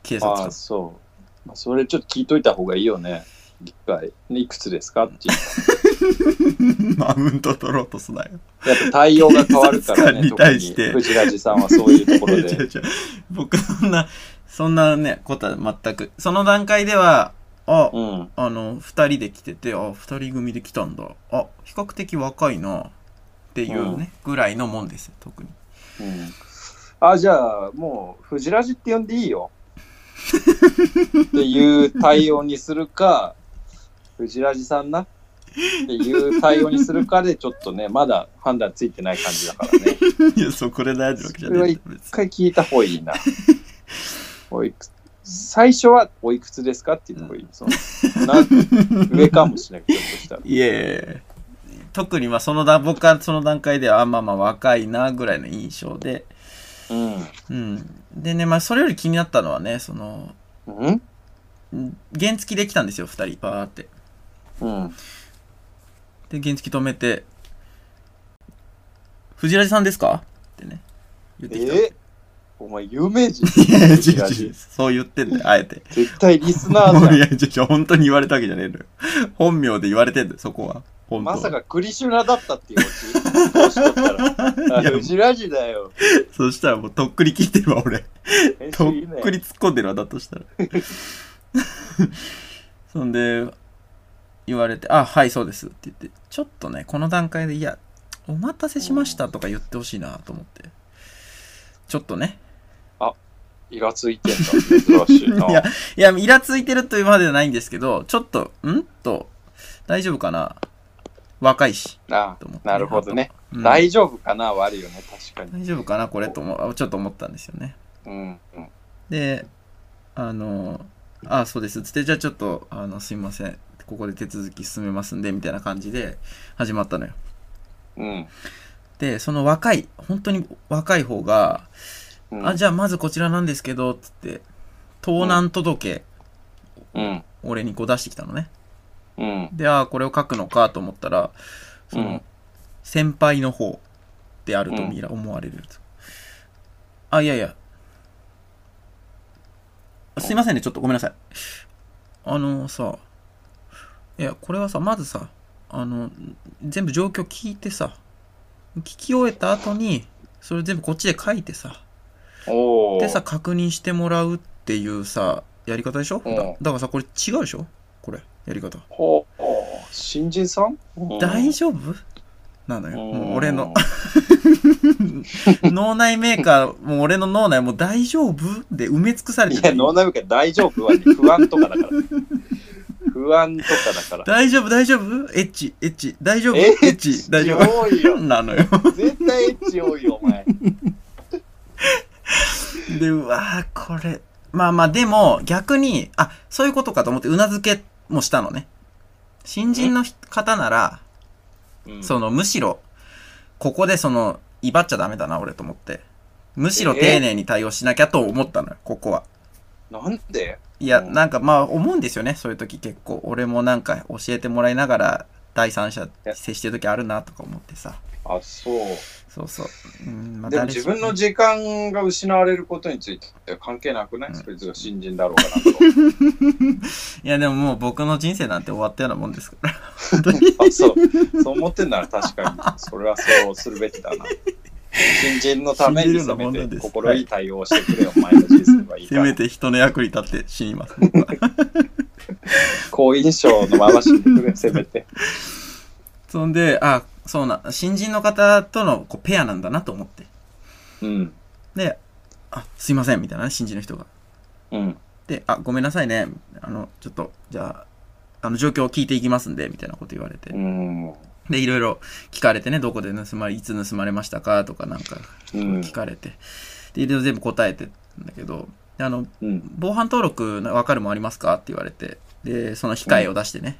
[SPEAKER 3] 警察
[SPEAKER 2] あ
[SPEAKER 3] 官
[SPEAKER 2] あ、。そう。まあそれちょっと聞いといた方がいいよね。一回。いくつですかっていう。
[SPEAKER 3] マウント取ろうとすなよ。
[SPEAKER 2] やっぱ対応が変わるからね。
[SPEAKER 3] 警察官に対して
[SPEAKER 2] 特に藤ラジさんはそういうところ
[SPEAKER 3] 違う
[SPEAKER 2] で。
[SPEAKER 3] 違う僕そんな、そんなね、ことは全く。その段階では、あ、
[SPEAKER 2] うん。
[SPEAKER 3] あの、二人で来てて、あ、二人組で来たんだ。あ、比較的若いな、っていうね、ぐらいのもんですよ、特に。
[SPEAKER 2] うんあ、じゃあ、もう、藤ラジって呼んでいいよ。っていう対応にするか、藤ラジさんなっていう対応にするかで、ちょっとね、まだ判断ついてない感じだから ね。
[SPEAKER 3] いや、そう、これ悩んでるわけじゃない。
[SPEAKER 2] 一回聞いた方がい いな。おいくつ最初は、おいくつですかっていうところいい。そのなん上かもしれないけど、ひょっとしたら。
[SPEAKER 3] いえいえ。特にまあその段僕はその段階ではあまあまあ若いなぐらいの印象で、うん、でねまあそれより気になったのはねその
[SPEAKER 2] うん。うん
[SPEAKER 3] うん原付できたんですよ2人バーって
[SPEAKER 2] うん。
[SPEAKER 3] で原付止めて「藤ラジさんですか?」ってね言ってきた、
[SPEAKER 2] えお前、有名人
[SPEAKER 3] いやいや
[SPEAKER 2] 藤ラ
[SPEAKER 3] 違う違う
[SPEAKER 2] ジ
[SPEAKER 3] そう言ってんだよあ えて
[SPEAKER 2] 絶対リスナーじゃん
[SPEAKER 3] い。や違う違う本当に言われたわけじゃねえのよ本名で言われてんだよそこは本当は
[SPEAKER 2] まさかクリシュナだったっていうオチもしかしたら。あ
[SPEAKER 3] いや
[SPEAKER 2] フジラジだよ。
[SPEAKER 3] そしたらもうとっくり切ってるわ俺
[SPEAKER 2] 編集
[SPEAKER 3] とっ
[SPEAKER 2] いいね
[SPEAKER 3] くり突っ込んでるわだとしたら そんで言われて「あはいそうです」って言ってちょっとねこの段階で「いやお待たせしました」とか言ってほしいなと思ってちょっとね
[SPEAKER 2] イラついてんだ。珍しいな。
[SPEAKER 3] いやいやイラついてるというまでじゃないんですけどちょっと「ん?」と「大丈夫かな若いし
[SPEAKER 2] あ
[SPEAKER 3] と思ってね
[SPEAKER 2] なるほどね。」
[SPEAKER 3] うん
[SPEAKER 2] 大丈夫かなはあるよね、確かに。
[SPEAKER 3] 大丈夫かなこれと思うちょっと思ったんですよね
[SPEAKER 2] うん。うん
[SPEAKER 3] で、あの、あ、そうです。つって、じゃあちょっと、あの、すいません。ここで手続き進めますんで、みたいな感じで始まったのよ。
[SPEAKER 2] うん。
[SPEAKER 3] で、その若い、本当に若い方が、
[SPEAKER 2] うん
[SPEAKER 3] あ、じゃあまずこちらなんですけど、つって、盗難届、
[SPEAKER 2] うん。
[SPEAKER 3] 俺にこう出してきたのね。
[SPEAKER 2] うん。
[SPEAKER 3] で、ああ、これを書くのかと思ったら、その、
[SPEAKER 2] うん
[SPEAKER 3] 先輩の方であると見ら、思われると。あ、いやいや。すいませんね、ちょっとごめんなさい。あのさ、いや、これはさ、まずさ、あの、全部状況聞いてさ、聞き終えた後に、それ全部こっちで書いてさ、
[SPEAKER 2] おお。
[SPEAKER 3] でさ、確認してもらうっていうさ、やり方でしょだ
[SPEAKER 2] うん
[SPEAKER 3] だからさ、これ違うでしょこれ、やり方。
[SPEAKER 2] ほうほう新人さん
[SPEAKER 3] 大丈夫なのよ。もう俺の。
[SPEAKER 2] う
[SPEAKER 3] 脳内メーカー、もう俺の脳内もう大丈夫で埋め尽くされ
[SPEAKER 2] んい
[SPEAKER 3] て
[SPEAKER 2] や、
[SPEAKER 3] る。
[SPEAKER 2] 脳内部が大丈夫は、ね、不安とかだから。不安とかだから。
[SPEAKER 3] 大丈夫、大丈夫エッチ、エッチ、大丈夫、エ
[SPEAKER 2] エッチ
[SPEAKER 3] ッチ、大丈夫。
[SPEAKER 2] 多いよ。
[SPEAKER 3] なのよ。
[SPEAKER 2] 絶対エッチ多いよ、お前。
[SPEAKER 3] で、うわーこれ。まあまあ、でも、逆に、あ、そういうことかと思って、うなずけもしたのね。新人の方なら、
[SPEAKER 2] うん
[SPEAKER 3] その、むしろ、ここでその、威張っちゃダメだな、俺と思って。むしろ丁寧に対応しなきゃと思ったのよ、ここは。
[SPEAKER 2] なんで
[SPEAKER 3] いや、
[SPEAKER 2] うん
[SPEAKER 3] なんかまあ思うんですよね、そういう時結構。俺もなんか教えてもらいながら第三者接してる時あるなとか思ってさ。
[SPEAKER 2] あ、そう。
[SPEAKER 3] そうそう。うん、まあ
[SPEAKER 2] でも
[SPEAKER 3] 誰し
[SPEAKER 2] 自
[SPEAKER 3] も
[SPEAKER 2] 分の時間が失われることについては関係なくない
[SPEAKER 3] うん
[SPEAKER 2] 別に新人だろうか
[SPEAKER 3] いや、でももう僕の人生なんて終わったようなもんですから。
[SPEAKER 2] な。あ、そう。そう思ってんなら確かに、それはそうするべきだな。新人のためにせめ
[SPEAKER 3] 信じるのもん
[SPEAKER 2] て
[SPEAKER 3] です
[SPEAKER 2] 心いい対応をしてくれよ、お前の人生はいいか
[SPEAKER 3] せ
[SPEAKER 2] ら
[SPEAKER 3] め。て人の役に立って死にます。 僕は
[SPEAKER 2] 好印象のまま死んでくれ、せめて。
[SPEAKER 3] そんで、あ、そうな、新人の方とのこうペアなんだなと思って。
[SPEAKER 2] うん。
[SPEAKER 3] で、あ、すいません、みたいなね、新人の人が。
[SPEAKER 2] うん。
[SPEAKER 3] で、あ、ごめんなさいね。あの、ちょっと、じゃあ、あの状況を聞いていきますんで、みたいなこと言われて。
[SPEAKER 2] うん。うん。
[SPEAKER 3] で、いろいろ聞かれてね、どこで盗まれ、いつ盗まれましたかとかなんか
[SPEAKER 2] うん
[SPEAKER 3] 聞。かれて、で、いろいろ全部答えてんだけど、であの、
[SPEAKER 2] うん。
[SPEAKER 3] 防犯登録わかるもんありますかって言われて、で、その控えを出してね、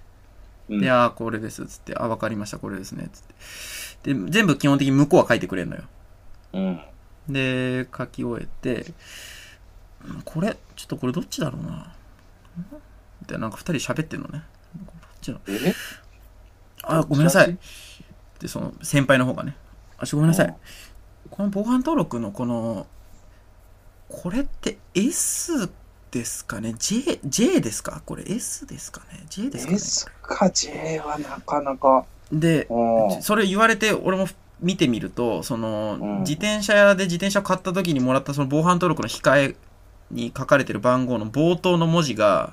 [SPEAKER 2] うん
[SPEAKER 3] で、あーこれです、つって、あ、わかりました、これですね、つって。で、全部基本的に向こうは書いてくれるのよ。
[SPEAKER 2] うん。
[SPEAKER 3] で、書き終えて、うんこれ、ちょっとこれどっちだろうな。んみたいな、なんか二人喋ってんのね。どっちだ
[SPEAKER 2] え
[SPEAKER 3] あ、ごめんなさ
[SPEAKER 2] 写
[SPEAKER 3] い。で、その先輩の方がね、あ、ちょ、ごめんなさ
[SPEAKER 2] うん
[SPEAKER 3] い。この防犯登録のこの、これって S ですかね ?J、J ですかこれ S ですかね ?J ですかね
[SPEAKER 2] ?S か J はなかなか。
[SPEAKER 3] で、
[SPEAKER 2] うん。
[SPEAKER 3] それ言われて、俺も見てみると、その、
[SPEAKER 2] うん
[SPEAKER 3] 自転車屋で自転車を買った時にもらったその防犯登録の控えに書かれてる番号の冒頭の文字が、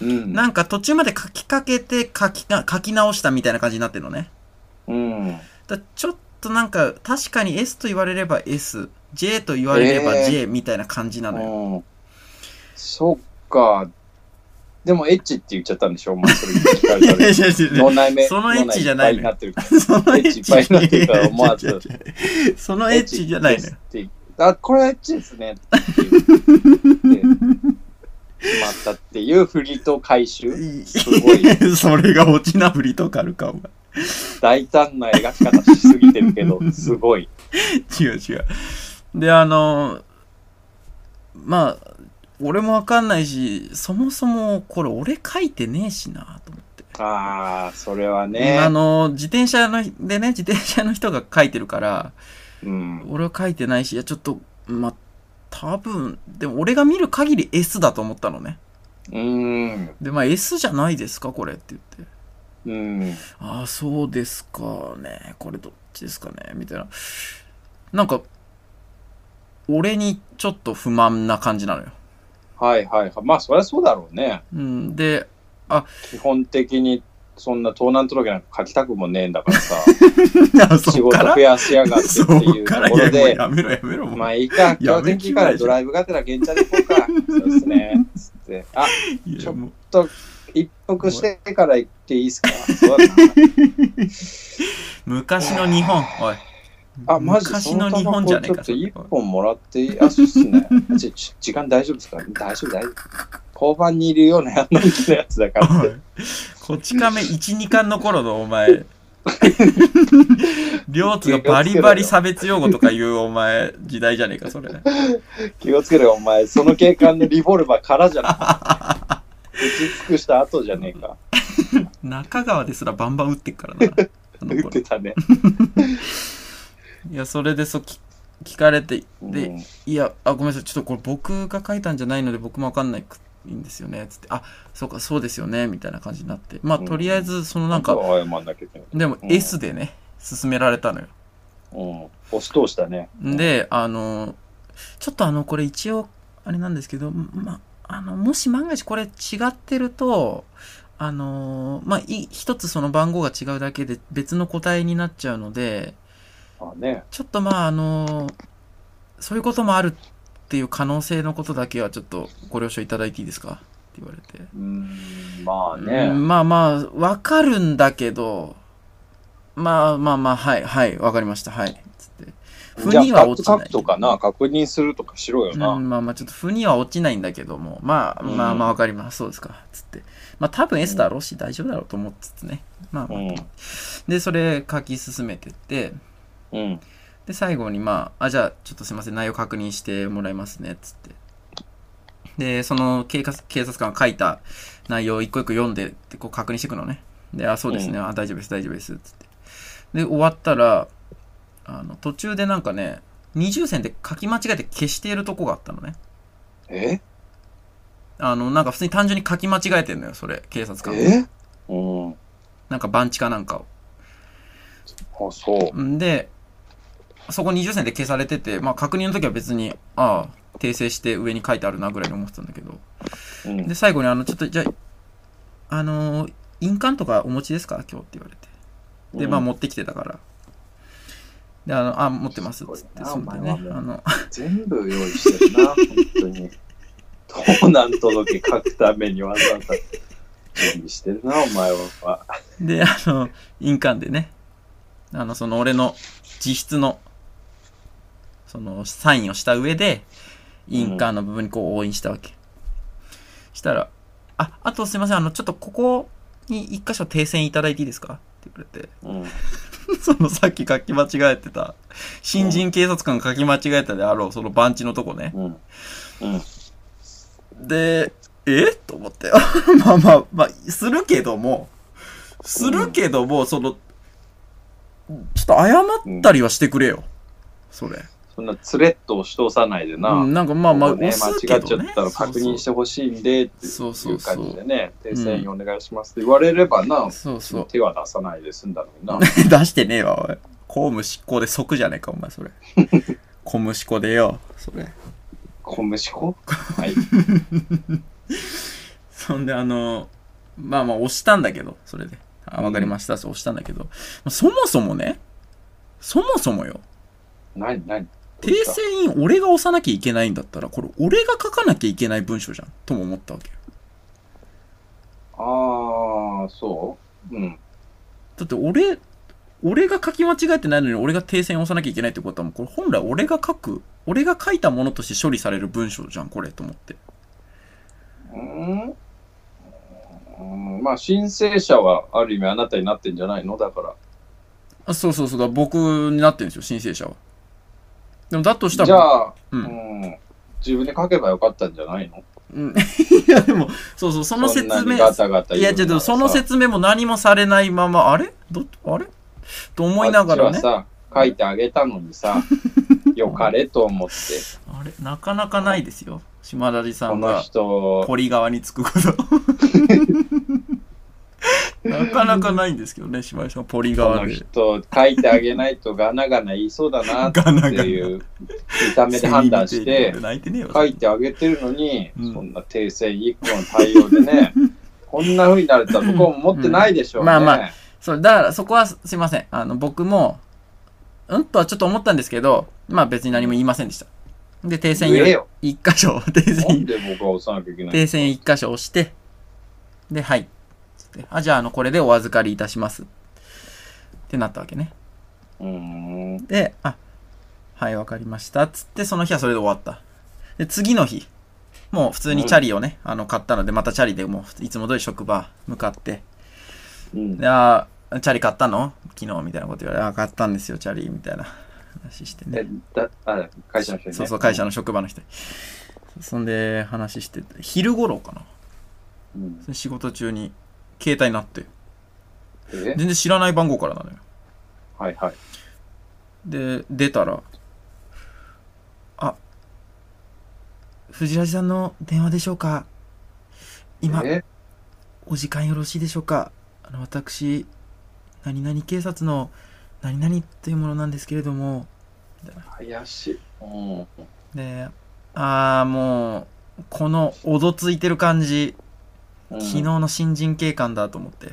[SPEAKER 2] うん。
[SPEAKER 3] なんか途中まで書きかけて書きか書き直したみたいな感じになってるのね。
[SPEAKER 2] うん。
[SPEAKER 3] だちょっとなんか確かに S と言われれば SJ と言われれば
[SPEAKER 2] えー
[SPEAKER 3] J みたいな感じなのよ、
[SPEAKER 2] うん。そっか。でも、エッチって言っちゃったんでしょお前それ聞かれた
[SPEAKER 3] いや
[SPEAKER 2] ら
[SPEAKER 3] いやいやいや
[SPEAKER 2] 脳内目。
[SPEAKER 3] そのエッチじゃないのよ
[SPEAKER 2] 脳内いっぱいになってる
[SPEAKER 3] その
[SPEAKER 2] エッチ
[SPEAKER 3] エッチ
[SPEAKER 2] いっぱいになってるから思わず
[SPEAKER 3] 違う違う違うそのエッチじゃないのよ
[SPEAKER 2] エッチってあ、これエッチですね。って言って決まったっていう振りと回収。すごい。
[SPEAKER 3] それが落ちなふりとかあるかお前
[SPEAKER 2] 大胆な描き方しすぎてる けど、すごい。
[SPEAKER 3] 違う違うであのまあ俺もわかんないしそもそもこれ俺書いてねえしなと思って
[SPEAKER 2] ああ、それは
[SPEAKER 3] あ
[SPEAKER 2] ね。
[SPEAKER 3] の自転車のでね自転車の人が書いてるから
[SPEAKER 2] うん。
[SPEAKER 3] 俺は書いてないし、いや、ちょっと、まあ、多分、でも俺が見る限り S だと思ったのね。
[SPEAKER 2] うん。
[SPEAKER 3] で、まあ、S じゃないですか、これって言って。
[SPEAKER 2] うん。
[SPEAKER 3] ああ、そうですかね。これどっちですかねみたいな。なんか、俺にちょっと不満な感じなのよ。
[SPEAKER 2] はいはいはい。まあ、そりゃそうだろうね。
[SPEAKER 3] う ん。で、
[SPEAKER 2] 基本的に、そんな盗難届なんか書きたくもねえんだからさ。
[SPEAKER 3] あ
[SPEAKER 2] 仕
[SPEAKER 3] そっ
[SPEAKER 2] 事
[SPEAKER 3] から
[SPEAKER 2] 増やしやがって
[SPEAKER 3] そ
[SPEAKER 2] っていう
[SPEAKER 3] っ
[SPEAKER 2] と
[SPEAKER 3] から、い
[SPEAKER 2] ころ
[SPEAKER 3] や、もう
[SPEAKER 2] で、
[SPEAKER 3] やめろやめろ、もう。
[SPEAKER 2] まあいいか、
[SPEAKER 3] や
[SPEAKER 2] 今日
[SPEAKER 3] め
[SPEAKER 2] 天
[SPEAKER 3] き
[SPEAKER 2] 気
[SPEAKER 3] ま
[SPEAKER 2] か
[SPEAKER 3] え
[SPEAKER 2] らドライブがてら現茶で行こうか。そうですね。つって、あ、
[SPEAKER 3] いや、もう。
[SPEAKER 2] 一服してから行っていいですかそうだな。
[SPEAKER 3] 昔の日本、おい。
[SPEAKER 2] あ、マジ
[SPEAKER 3] 昔の日本じゃねえ
[SPEAKER 2] そ
[SPEAKER 3] か、
[SPEAKER 2] のタバコちょっと一
[SPEAKER 3] それ
[SPEAKER 2] 本もらっていいあ、そうっす ね。ちょちょ時間大丈夫ですか大丈夫、大丈夫。交番 にいるようなやんのやつだから。
[SPEAKER 3] おいこち亀1、2巻の頃のお前、りょうつがバリバリ差別用語とか言うお前、時代じゃねえか、それ。
[SPEAKER 2] 気をつけろよ、お前。その警官のリボルバーからじゃなくて。打ち尽くした後じゃねえか。
[SPEAKER 3] 中川ですらバンバン打って っからな。あの
[SPEAKER 2] 打っ
[SPEAKER 3] 頃
[SPEAKER 2] てたね。
[SPEAKER 3] いや、それでそう聞聞かれて、で、
[SPEAKER 2] うん
[SPEAKER 3] いや、あ、ごめんなさい、ちょっとこれ僕が書いたんじゃないので僕もわかんないくいいんですよね、つって、あ、そうか、そうですよね、みたいな感じになって。まあ、
[SPEAKER 2] うん
[SPEAKER 3] とりあえず、そのなんか、
[SPEAKER 2] 謝んなきゃいけない。
[SPEAKER 3] でも
[SPEAKER 2] うん
[SPEAKER 3] S でね、勧められたのよ。
[SPEAKER 2] うん。押し通したね。
[SPEAKER 3] で、あの、ちょっとあの、これ一応、あれなんですけど、ま、あの、もし万が一これ違ってると、あの、まあ、い一つその番号が違うだけで別の答えになっちゃうので、
[SPEAKER 2] まあね。
[SPEAKER 3] ちょっとまあ、あの、そういうこともあるっていう可能性のことだけはちょっとご了承いただいていいですかって言われて。
[SPEAKER 2] うーん、まあ
[SPEAKER 3] う
[SPEAKER 2] ね。
[SPEAKER 3] んまあまあ、わかるんだけど、まあまあまあ、はい、はい、わかりました、はい。つって。
[SPEAKER 2] じゃ
[SPEAKER 3] 腑
[SPEAKER 2] あ、
[SPEAKER 3] には
[SPEAKER 2] 2
[SPEAKER 3] 落
[SPEAKER 2] つ
[SPEAKER 3] ちな
[SPEAKER 2] 書
[SPEAKER 3] い
[SPEAKER 2] くとかな、確認するとかしろよ
[SPEAKER 3] う
[SPEAKER 2] な。
[SPEAKER 3] ん、まあまあちょっと腑には落ちないんだけどもまあ
[SPEAKER 2] うん
[SPEAKER 3] まあまあわかります、そうですかつってまあ多分 S だろうし大丈夫だろうと思っつつねまあ
[SPEAKER 2] う
[SPEAKER 3] まあ、
[SPEAKER 2] ん。
[SPEAKER 3] でそれ書き進めてって
[SPEAKER 2] うん。
[SPEAKER 3] で最後にまああじゃあちょっとすいません内容確認してもらいますねつってでその警察警察官が書いた内容を一個一個読んでってこう確認していくのねであそうですね、あ大丈夫です大丈夫ですつってで終わったらあの途中でなんかね二重線で書き間違えて消しているとこがあったのね
[SPEAKER 2] え
[SPEAKER 3] あの、なんか普通に単純に書き間違えてんのよ、それ、警察官。
[SPEAKER 2] えうん。
[SPEAKER 3] なんか番地かなんかを。
[SPEAKER 2] あ、そ
[SPEAKER 3] んで、そこ20線で消されてて、まあ確認の時は別に、ああ、訂正して上に書いてあるなぐらいに思ってたんだけど。
[SPEAKER 2] う。うん
[SPEAKER 3] で、最後にあの、ちょっとじゃあ、あのー印鑑とかお持ちですか今日って言われて。で、まあ
[SPEAKER 2] うん
[SPEAKER 3] 持ってきてたから。で、あの、あ、持ってます。つっ
[SPEAKER 2] す
[SPEAKER 3] て、
[SPEAKER 2] ごいな
[SPEAKER 3] そんで
[SPEAKER 2] お
[SPEAKER 3] ね、
[SPEAKER 2] 前はもう
[SPEAKER 3] あの、
[SPEAKER 2] 全部用意してるな、本当に。盗難届書くためにわざわざ準備してるな、お前は。
[SPEAKER 3] で、あの、印鑑でね、あの、その俺の自筆の、その、サインをした上で、印鑑の部分にこう押印したわけ。したら、あ、あとすいません、あの、ちょっとここに一箇所訂正いただいていいですかって言われて、
[SPEAKER 2] うん。
[SPEAKER 3] そのさっき書き間違えてた、新人警察官が書き間違えたであろう、その番地のとこね。
[SPEAKER 2] うん。うん。
[SPEAKER 3] で、えと思って。 まあまあ、まあ、するけども、するけども、その、ちょっと謝ったりはしてくれよ。それ。
[SPEAKER 2] そんなスレッドを押し通さないでな。
[SPEAKER 3] うん、なんかまあまあ、
[SPEAKER 2] ここね、
[SPEAKER 3] 押
[SPEAKER 2] 間
[SPEAKER 3] す
[SPEAKER 2] 違
[SPEAKER 3] け
[SPEAKER 2] っちゃ
[SPEAKER 3] どね。
[SPEAKER 2] ったら確認してほしいんでってい
[SPEAKER 3] そうそう
[SPEAKER 2] う
[SPEAKER 3] そう
[SPEAKER 2] 感じでね、
[SPEAKER 3] う
[SPEAKER 2] 訂正にお願いしますって言われればな、
[SPEAKER 3] そうそう。
[SPEAKER 2] 手は出さないで済んだのにな。
[SPEAKER 3] 出してねえわ、おい。公務執行で即じゃねえか、お前、 それ。公務執行でよ、それ。
[SPEAKER 2] 小虫子はい。
[SPEAKER 3] そんで、あの、まあまあ、押したんだけど、それで。あ、わかりました、そう押したんだけど。まあそもそもね、そもそもよ、
[SPEAKER 2] 何何
[SPEAKER 3] 訂正印俺が押さなきゃいけないんだったら、これ俺が書かなきゃいけない文章じゃん。とも思ったわけよ。
[SPEAKER 2] ああ、そううん。
[SPEAKER 3] だって俺、俺が書き間違えてないのに俺が訂正印押さなきゃいけないってことはもうこれ本来俺が書く、俺が書いたものとして処理される文章じゃん、これと思って。
[SPEAKER 2] うーん、うんまあ申請者はある意味あなたになってんじゃないのだから。
[SPEAKER 3] あそうそうそうだ、僕になってるんですよ、申請者は。でもだとしたら、
[SPEAKER 2] じゃあ、う
[SPEAKER 3] う。
[SPEAKER 2] んん、自分で書けばよかったんじゃないの
[SPEAKER 3] うん、 いやでも、そうそう、その説
[SPEAKER 2] んな
[SPEAKER 3] 明
[SPEAKER 2] に、ガタガタ言う
[SPEAKER 3] い
[SPEAKER 2] なら
[SPEAKER 3] や、ちょっとその
[SPEAKER 2] さ
[SPEAKER 3] 説明も何もされないまま、あれど、あれと思いながら
[SPEAKER 2] あっ
[SPEAKER 3] ね
[SPEAKER 2] ち。はさ、書いてあげたのに さ、よかれと思って、
[SPEAKER 3] あれなかなかないですよ。島田さ
[SPEAKER 2] こ
[SPEAKER 3] ん
[SPEAKER 2] の
[SPEAKER 3] が
[SPEAKER 2] 人、
[SPEAKER 3] 堀側につくこと。 なかなかないんですけどね、島田さん、ポリ
[SPEAKER 2] こ
[SPEAKER 3] 側
[SPEAKER 2] の
[SPEAKER 3] で。
[SPEAKER 2] 人、書いてあげないとガナガナ言いそうだなって
[SPEAKER 3] ガナガナ
[SPEAKER 2] いう見た目で判断し
[SPEAKER 3] セミみた
[SPEAKER 2] て
[SPEAKER 3] いな、泣いてねえよ。
[SPEAKER 2] 書いてあげてるのに、
[SPEAKER 3] うん
[SPEAKER 2] そんな訂正一個の対応で ね、こんな風になるとは向こうも持ってないでしょうね。
[SPEAKER 3] まあまそう、だからそこはすいません。あの、僕も、うんとはちょっと思ったんですけど、まあ別に何も言いませんでした。で、停戦
[SPEAKER 2] 言えよ
[SPEAKER 3] 一箇所、停
[SPEAKER 2] な
[SPEAKER 3] 戦
[SPEAKER 2] んで僕は押さなきゃいけない
[SPEAKER 3] 停戦一箇所押して、で、はい。つってあ、じゃあ、あの、これでお預かりいたします。ってなったわけね。
[SPEAKER 2] うーん。
[SPEAKER 3] で、あ、はい、わかりました。つって、その日はそれで終わった。で、次の日、もう普通にチャリをね、あの、買ったので、またチャリでもう、いつも通り職場向かって、
[SPEAKER 2] うん
[SPEAKER 3] で、あーチャリ買ったの昨日みたいなこと言われ、あ、買ったんですよ、チャリ、みたいな話してね
[SPEAKER 2] え。だあ会社の人にね
[SPEAKER 3] そうそう、会社の職場の人に。そんで話してて、昼頃かな。
[SPEAKER 2] うん
[SPEAKER 3] 仕事中に携帯になって、
[SPEAKER 2] え
[SPEAKER 3] 全然知らない番号からなのよ。
[SPEAKER 2] はいはい
[SPEAKER 3] で、出たら、あ、藤ラジさんの電話でしょうか今、
[SPEAKER 2] え
[SPEAKER 3] お時間よろしいでしょうかあの、私、何々警察の何々というものなんですけれども、
[SPEAKER 2] 怪しい、うん、
[SPEAKER 3] で、あーもう、このおどついてる感じ、
[SPEAKER 2] 昨
[SPEAKER 3] 昨日の新人警官だと思って。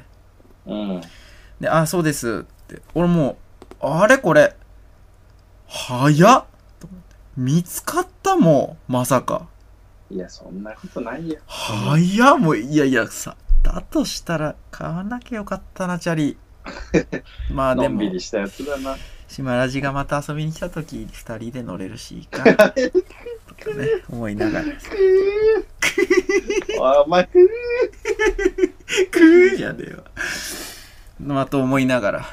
[SPEAKER 2] うん
[SPEAKER 3] で、あーそうですって。俺もう、あれこれ、早っと思って見つかったもん、まさか。
[SPEAKER 2] いやそんなことないよ
[SPEAKER 3] 早っもう、いやいや、さ、だとしたら買わなきゃよかったな、チ ャリ。まあで
[SPEAKER 2] のん
[SPEAKER 3] も
[SPEAKER 2] び、りしたやつだ な
[SPEAKER 3] 島ラジがまた遊びに来た時二人で乗れるしい いかとかね思いながら
[SPEAKER 2] あまあ
[SPEAKER 3] 「くー」じゃねえわまあと思いながら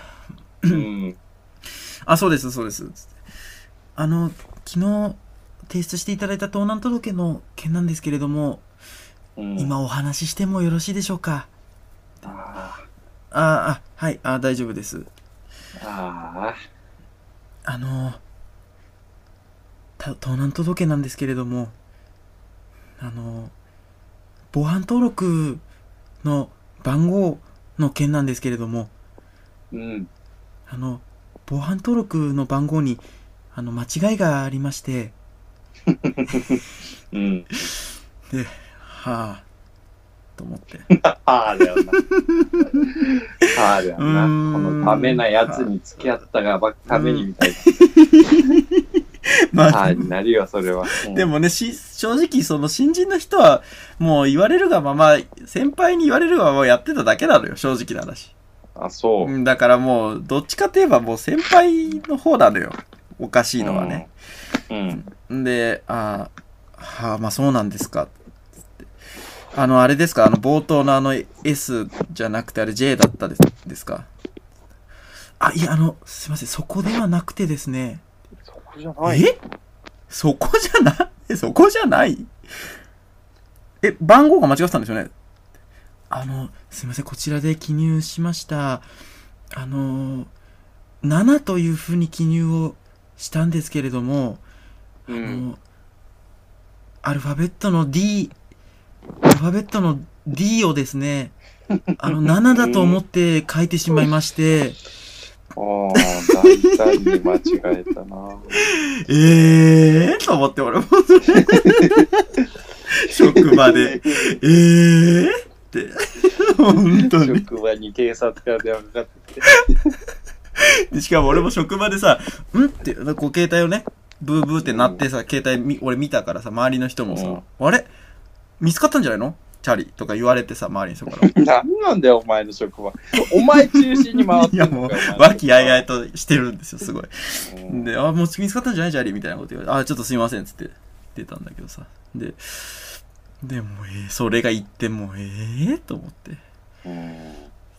[SPEAKER 2] うん
[SPEAKER 3] 「あそうですそうです」つってあの昨日提出していただいた盗難届の件なんですけれど
[SPEAKER 2] う
[SPEAKER 3] も、
[SPEAKER 2] ん
[SPEAKER 3] 今お話ししてもよろしいでしょうか
[SPEAKER 2] あ
[SPEAKER 3] ああはいあ大丈夫です
[SPEAKER 2] ーあ
[SPEAKER 3] あのた盗難届なんですけれどもあの防犯登録の番号の件なんですけれども
[SPEAKER 2] ーうん
[SPEAKER 3] あの防犯登録の番号にあの間違いがありまして
[SPEAKER 2] うん
[SPEAKER 3] はあと思って
[SPEAKER 2] あーだよなあーだよなこ
[SPEAKER 3] うーん
[SPEAKER 2] のダメなやつに付き合ったがばためにみたい
[SPEAKER 3] ま
[SPEAKER 2] なあーになるよそれは、うん
[SPEAKER 3] でもね、し、正直、その新人の人は、もう言われるがまま、先輩に言われるがままやってただけなのよ、正直な話。
[SPEAKER 2] あそう、
[SPEAKER 3] うんだからもう、どっちかといえばもう先輩の方なのよ。おかしいのはね。
[SPEAKER 2] うん
[SPEAKER 3] んで、あーはあ、まあそうなんですか。つってあの、あれですか、あの、冒頭のあの S じゃなくて、あれ J だったですですか。あ、いや、あの、すいません、そこではなくてですね。
[SPEAKER 2] そこじゃない
[SPEAKER 3] えそこじゃないそこじゃないえ、番号が間違ってたんですよねあの、すいません、こちらで記入しました。あの、7というふうに記入をしたんですけれども、
[SPEAKER 2] う
[SPEAKER 3] あ
[SPEAKER 2] ん
[SPEAKER 3] のアルファベットの D、アルファベットの D をです ね、あの、7だと思って書いてしまいまして、
[SPEAKER 2] ああ大体に間違えたな
[SPEAKER 3] ええー、と思って 俺も職場で、ええー、って、本当に。
[SPEAKER 2] 職場に警察から電話かかってきて
[SPEAKER 3] でしかも俺も職場でさ、んって、こう携帯をね、ブーブーってなってさ、携帯み俺見たからさ、周りの人もさ、あれ見つかったんじゃないのチャリとか言われてさ、周りの人から。
[SPEAKER 2] 何なんだよお前の職場お前中心に回って
[SPEAKER 3] い
[SPEAKER 2] んの
[SPEAKER 3] や
[SPEAKER 2] か
[SPEAKER 3] もう
[SPEAKER 2] お前の職、場
[SPEAKER 3] 和気あいあいとしてるんですよ、すごい。
[SPEAKER 2] うん
[SPEAKER 3] で、あ、もう見つかったんじゃないチャリみたいなこと言われて、あ、ちょっとすいません、つって出たんだけどさ。で、でも、えーそれが言っても、ええと思って。
[SPEAKER 2] うん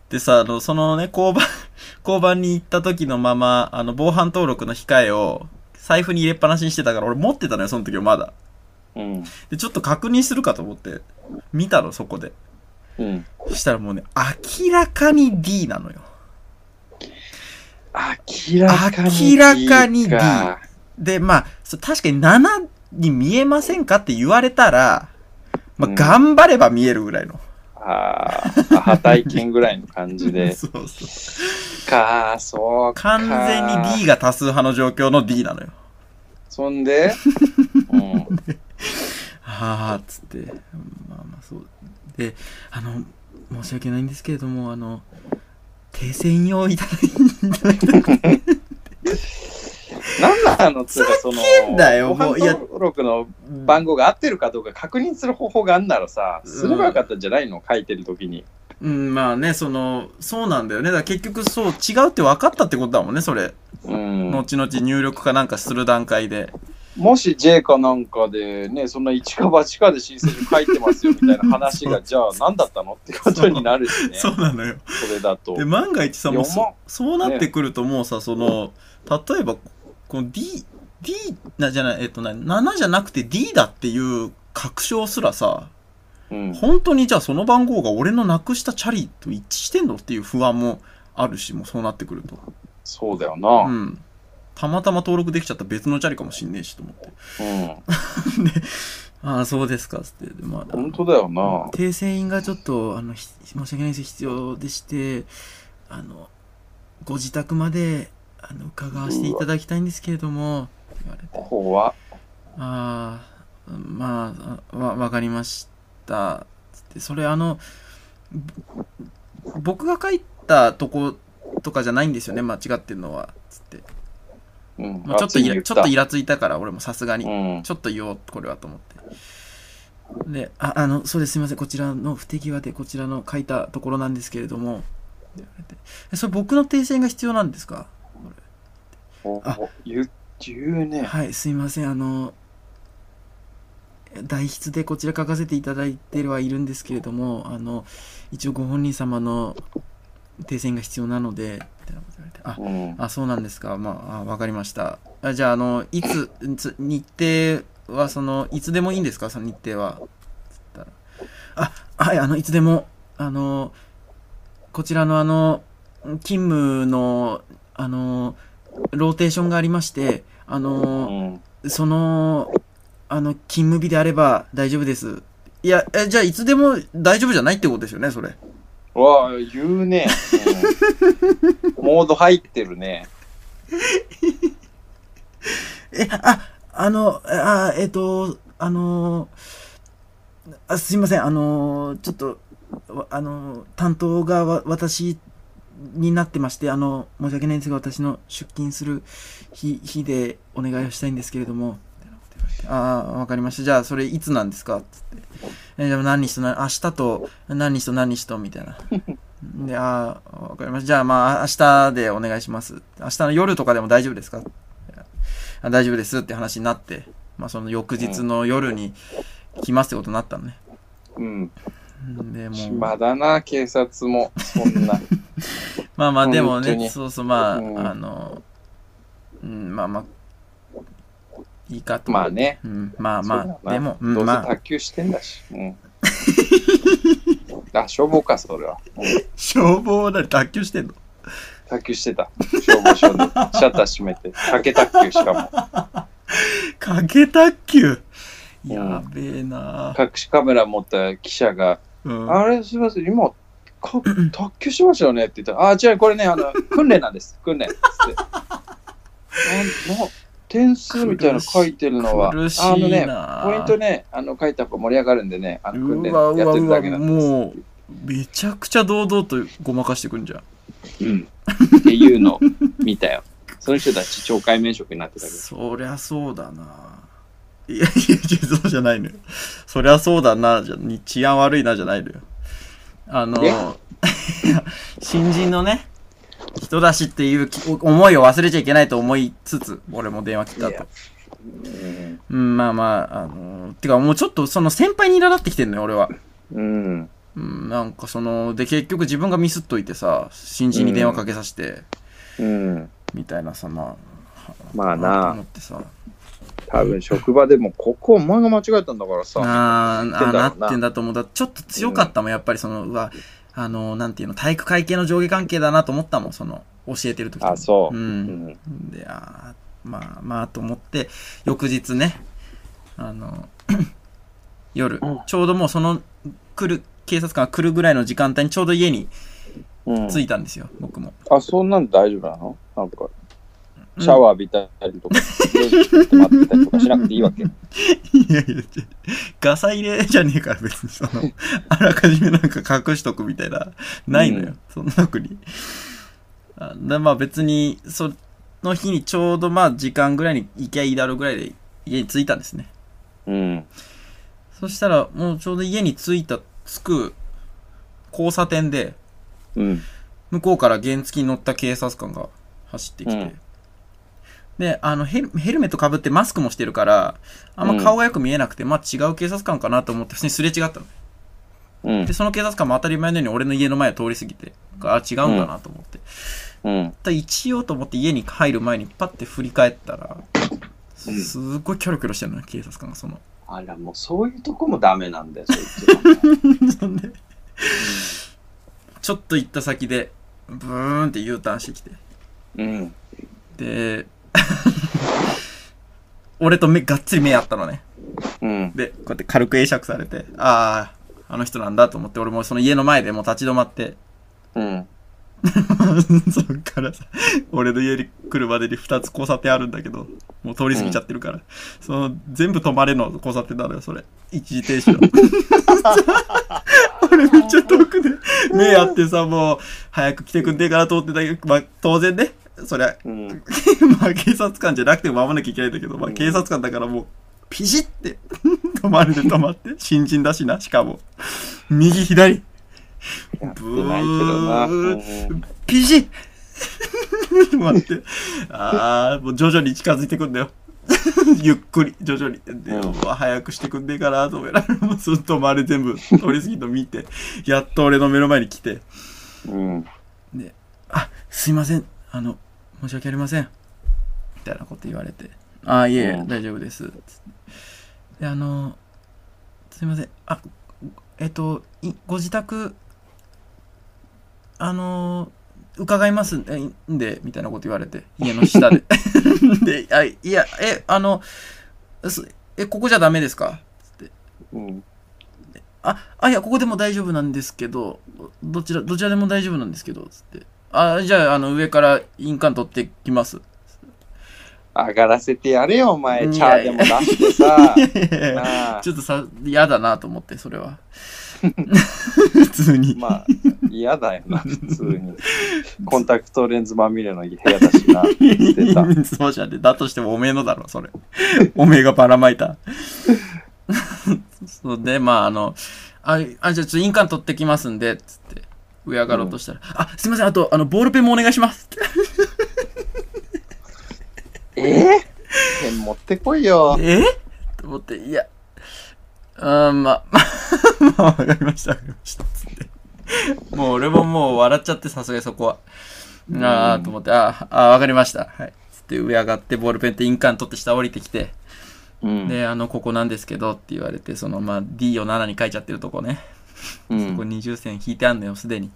[SPEAKER 3] でさ、あの、そのね、交番、 交番に行った時のまま、あの、防犯登録の控えを、財布に入れっぱなしにしてたから、俺持ってたのよ、その時はまだ。
[SPEAKER 2] うん
[SPEAKER 3] で、ちょっと確認するかと思って、見たの、そこで。
[SPEAKER 2] うん
[SPEAKER 3] そしたらもうね、明らかに D なのよ。
[SPEAKER 2] 明らかに
[SPEAKER 3] 明らかに D
[SPEAKER 2] か
[SPEAKER 3] で、まあ、そう確かに7に見えませんかって言われたら、まあ、
[SPEAKER 2] うん
[SPEAKER 3] 頑張れば見えるぐらいの。
[SPEAKER 2] ああ、破体剣ぐらいの感じで。
[SPEAKER 3] そうそう。
[SPEAKER 2] かあ、そうか。
[SPEAKER 3] 完全に D が多数派の状況の D なのよ。
[SPEAKER 2] そんで、うん、
[SPEAKER 3] はあ、つって。まあまあそう。で、あの、申し訳ないんですけれども、あの、訂正引用いただい
[SPEAKER 2] なんなのつう か、その、
[SPEAKER 3] んだよも
[SPEAKER 2] も
[SPEAKER 3] う
[SPEAKER 2] う
[SPEAKER 3] いや
[SPEAKER 2] 登録の番号が合ってるかどうか確認する方法があんならさ、すればよかったんじゃないの書いてるときに。
[SPEAKER 3] うん、まあね、その、そうなんだよね。だから結局そう、違うって分かったってことだもんね、それ。
[SPEAKER 2] うん。
[SPEAKER 3] 後々入力かなんかする段階で。
[SPEAKER 2] もし J かなんかでね、そんな一か八かで申請書いてますよみたいな話
[SPEAKER 3] そ
[SPEAKER 2] が、
[SPEAKER 3] う
[SPEAKER 2] じゃあ何だったのってことになるしね、
[SPEAKER 3] そ
[SPEAKER 2] そう
[SPEAKER 3] なのよ。
[SPEAKER 2] れだと
[SPEAKER 3] で、。万が一さ、もう
[SPEAKER 2] いや
[SPEAKER 3] そ
[SPEAKER 2] ま
[SPEAKER 3] そうなってくるともうさ、その、例えば、この D、D な、じゃない、えっとな、7じゃなくて D だっていう確証すらさ、
[SPEAKER 2] うん、
[SPEAKER 3] 本当にじゃあその番号が俺のなくしたチャリと一致してんのっていう不安もあるし、もうそうなってくると。
[SPEAKER 2] そうだよな。う
[SPEAKER 3] う
[SPEAKER 2] ん
[SPEAKER 3] ん。たまたま登録できちゃった別のチャリかもしんねえしと思って。ああ、そうですか、つって。でまあ、
[SPEAKER 2] 本当だよな。
[SPEAKER 3] 訂正員がちょっとあのひ申し訳ないです必要でしてあのご自宅まであの伺わせていただきたいんですけれどもって言われて
[SPEAKER 2] 怖っ
[SPEAKER 3] ああまああわわかりましたつってそれあのぼ僕が書いたとことかじゃないんですよね間違ってるのはつって、
[SPEAKER 2] うん、
[SPEAKER 3] まあ、ちょっ
[SPEAKER 2] 熱
[SPEAKER 3] と
[SPEAKER 2] い
[SPEAKER 3] い
[SPEAKER 2] 言
[SPEAKER 3] ら
[SPEAKER 2] た
[SPEAKER 3] ちょっとイラついたから俺もさすがに
[SPEAKER 2] うん、
[SPEAKER 3] ちょっと言おう、これはと思って。で、あ、あの、そうです、すみません、こちらの不手際で、こちらの書いたところなんですけれども、って言われてえそれ僕の訂正が必要なんですか
[SPEAKER 2] お
[SPEAKER 3] あ
[SPEAKER 2] お言う言うね。
[SPEAKER 3] はい、すいません、あの、代筆でこちら書かせていただいてはいるんですけれども、あの、一応ご本人様の訂正が必要なので、みたいなこと言われて、あ、
[SPEAKER 2] うん、
[SPEAKER 3] あ、そうなんですか。まあ、あわかりました。あじゃあ、あの、いつ、つ日程は、その、いつでもいいんですかその日程は。つったらあ、はい、あの、いつでも、あの、こちらの、あの、勤務の、あの、ローテーションがありまして、あ
[SPEAKER 2] う
[SPEAKER 3] の、
[SPEAKER 2] ん、
[SPEAKER 3] その、あの、勤務日であれば大丈夫です。いや、え、じゃあ、いつでも大丈夫じゃないってことですよね、それ。
[SPEAKER 2] わあ、言うね、うんモード入ってるね。
[SPEAKER 3] え、あ、あの、あ、えっ、と、あのあ、すいません、あのちょっと、わあの担当がわ私になってまして、あの、申し訳ないんですが、私の出勤する日、日でお願いをしたいんですけれども、みたいなこと言われてああ、わかりました。じゃあ、それいつなんですかつって。え、でも何日と何、明日と何日と何日と、みたいな。で、ああ、わかりました。じゃあ、まあ、明日でお願いします。明日の夜とかでも大丈夫ですかあ大丈夫ですって話になって、まあ、その翌日の夜に来ますってことになったのね。
[SPEAKER 2] うん、
[SPEAKER 3] でもう
[SPEAKER 2] 暇だな、警察も。そんな。
[SPEAKER 3] まあまあでも
[SPEAKER 2] 本当
[SPEAKER 3] ね
[SPEAKER 2] に
[SPEAKER 3] そうそうまあ、
[SPEAKER 2] うん
[SPEAKER 3] あの、うん、まあまあいいかと、
[SPEAKER 2] まあね。
[SPEAKER 3] うん、まあま
[SPEAKER 2] そうだ
[SPEAKER 3] あ
[SPEAKER 2] な
[SPEAKER 3] でも、
[SPEAKER 2] ど
[SPEAKER 3] うん、
[SPEAKER 2] うせ
[SPEAKER 3] まあ
[SPEAKER 2] 卓球してんだ し。うん。あ、消防か、それは。うん
[SPEAKER 3] 消防だ脱臼してんの
[SPEAKER 2] 卓球してた。消防署で。シャッター閉めて。かけ卓球しかも。
[SPEAKER 3] かけ卓球
[SPEAKER 2] ん
[SPEAKER 3] やべえな
[SPEAKER 2] 隠しカメラ持った記者が、
[SPEAKER 3] うん、
[SPEAKER 2] あれ、すいません、今、か卓球しましたよねって言ったら、あ、違う、これね、あ の、訓練なんです。訓練。つって。なんな点数みたいなの書いてるのは、
[SPEAKER 3] 苦し
[SPEAKER 2] あの
[SPEAKER 3] い
[SPEAKER 2] ね、
[SPEAKER 3] な
[SPEAKER 2] ポイントね、あの、書いた方が盛り上がるんでね、あの、訓練
[SPEAKER 3] う
[SPEAKER 2] や
[SPEAKER 3] わ
[SPEAKER 2] っ
[SPEAKER 3] う
[SPEAKER 2] て
[SPEAKER 3] わ
[SPEAKER 2] る
[SPEAKER 3] う
[SPEAKER 2] だ
[SPEAKER 3] わ
[SPEAKER 2] けなんです。
[SPEAKER 3] もうめちゃくちゃ堂々とごまかしてくんじゃん
[SPEAKER 2] うん。っていうのを見たよ。 その人たち懲戒免職になってたけど。
[SPEAKER 3] そりゃそうだないやいやそうじゃないのよそりゃそうだなじゃに治安悪いなじゃないのよあの
[SPEAKER 2] え
[SPEAKER 3] 新人のね人出しっていうき思いを忘れちゃいけないと思いつつ俺も電話切った
[SPEAKER 2] いや
[SPEAKER 3] とうんまあまああのてかもうちょっとその先輩に苛立ってきてんのよ俺は
[SPEAKER 2] うん。
[SPEAKER 3] うんなんかそので結局自分がミスっといてさ新人に電話かけさせて、
[SPEAKER 2] うん。
[SPEAKER 3] みたいなさまあ
[SPEAKER 2] まあ
[SPEAKER 3] と
[SPEAKER 2] な
[SPEAKER 3] 思ってさ
[SPEAKER 2] 多分職場でも、ここお前が間違えたんだからさ。
[SPEAKER 3] あーあー
[SPEAKER 2] な
[SPEAKER 3] な
[SPEAKER 2] ってんだろうな
[SPEAKER 3] ってんだと思うだちょっと強かったもんやっぱりそのうわあのなんていうの体育会系の上下関係だなと思ったもんその教えてる時
[SPEAKER 2] あ、そうう。
[SPEAKER 3] ん、
[SPEAKER 2] ん。
[SPEAKER 3] であーまあまあと思って翌日ねあの 夜
[SPEAKER 2] うん
[SPEAKER 3] ちょうどもうその来る警察官が来るぐらいの時間帯にちょうど家に
[SPEAKER 2] うん
[SPEAKER 3] 着いたんですよ、僕も
[SPEAKER 2] あ、そんなん大丈夫なのなんか、
[SPEAKER 3] うん
[SPEAKER 2] シャワー浴びたりとか、待ってたりとかしなくていいわけ。
[SPEAKER 3] いやいや、ちょガサ入れじゃねえから別にその、あらかじめなんか隠しとくみたいな、ないのよ。
[SPEAKER 2] うん
[SPEAKER 3] そんな特に。あでまあ別に、その日にちょうどまあ時間ぐらいに行きゃいいだろうぐらいで家に着いたんですね。
[SPEAKER 2] うん。
[SPEAKER 3] そしたらもうちょうど家に着いた、着く交差点で、
[SPEAKER 2] うん。
[SPEAKER 3] 向こうから原付に乗った警察官が走ってきて、
[SPEAKER 2] うん
[SPEAKER 3] で、あのヘル、ヘルメットかぶってマスクもしてるから、あんま顔がよく見えなくて、まあ違う警察官かなと思って、普通にすれ違ったの。
[SPEAKER 2] うん
[SPEAKER 3] で、その警察官も当たり前のように俺の家の前を通り過ぎて、あ、違うんだなと思って。
[SPEAKER 2] うん
[SPEAKER 3] ただ一応と思って家に入る前にパッて振り返ったら、す
[SPEAKER 2] うん
[SPEAKER 3] すっごいキョロキョロしてるのね、警察官がその。
[SPEAKER 2] あらもうそういうとこもダメなんだよそいつは
[SPEAKER 3] そんでちょっと行った先で、ブーンって U ターンしてきて。
[SPEAKER 2] うん
[SPEAKER 3] で、 俺と目、がっつり目合ったのね。
[SPEAKER 2] うん
[SPEAKER 3] で、こうやって軽く会釈されて、ああ、あの人なんだと思って、俺もその家の前でもう立ち止まって、
[SPEAKER 2] うん
[SPEAKER 3] そっからさ、俺の家に来るまでに2つ交差点あるんだけど、もう通り過ぎちゃってるから、その全部止まれの交差点なのよ、それ。一時停止の。 俺めっちゃ遠くで目あってさ、もう、早く来てくんねえかなと思ってたけど、まあ当然ね、そりゃ、
[SPEAKER 2] うん
[SPEAKER 3] まあ警察官じゃなくても守らなきゃいけないんだけど、まあ
[SPEAKER 2] うん
[SPEAKER 3] 警察官だからもう、ピシって、 止まるで止まって、新人だしな、しかも。右左、
[SPEAKER 2] やってないけどな、うん
[SPEAKER 3] ピシッ 止まって、ああ、もう徐々に近づいてくんだよ。 ゆっくり、徐々に。で
[SPEAKER 2] うん
[SPEAKER 3] うわ早くしてくんねえかなと思いながら、もうずっとまる全部通り過ぎと見て、やっと俺の目の前に来て、
[SPEAKER 2] うん
[SPEAKER 3] あ、すいません。あの、申し訳ありません。みたいなこと言われて。ああ、いえいえ、
[SPEAKER 2] うん
[SPEAKER 3] 大丈夫です。つってで、あの、すいません。あ、えっと、いご自宅、あの、伺いますんで、いんで、みたいなこと言われて、家の 下で。で、あいや、え、あの、すえ、ここじゃダメですか
[SPEAKER 2] うん
[SPEAKER 3] あ、あ、いや、ここでも大丈夫なんですけど、どちら、どちらでも大丈夫なんですけど、つって。あ、じゃあ、あの、上から印鑑取って きます。
[SPEAKER 2] 上がらせてやれよお前
[SPEAKER 3] いや
[SPEAKER 2] チャーでも出して さなあ
[SPEAKER 3] ちょっとさ、嫌だなと思って、それ は。普通に。
[SPEAKER 2] まあ嫌だよ な普通にコンタクトレンズまみれの部屋だしな出 た
[SPEAKER 3] そうじゃね。だとしてもおめえのだろ、それ。おめえがばらま いた。そうで、まあ、あの、あ、あじゃあちょっと印鑑取ってきますんで、つって、上上がろうとしたら、あ、すいません、あと、あの、ボールペンもお願いします。
[SPEAKER 2] ええペン持ってこいよ
[SPEAKER 3] えと思って、いや、うーん、ま、 ま、まあ、わかりました、わかりました、つって。もう俺ももう笑っちゃって、さすがにそこは。ああ、と思って、ああ、わかりました。はい。つって上上がって、ボールペンって印鑑取って下降りてきて、
[SPEAKER 2] うん
[SPEAKER 3] で、あの、ここなんですけどって言われて、その、まあ、D を7に書いちゃってるとこね。
[SPEAKER 2] う
[SPEAKER 3] そこ
[SPEAKER 2] ん
[SPEAKER 3] 20線引いてあんのよ、すでに。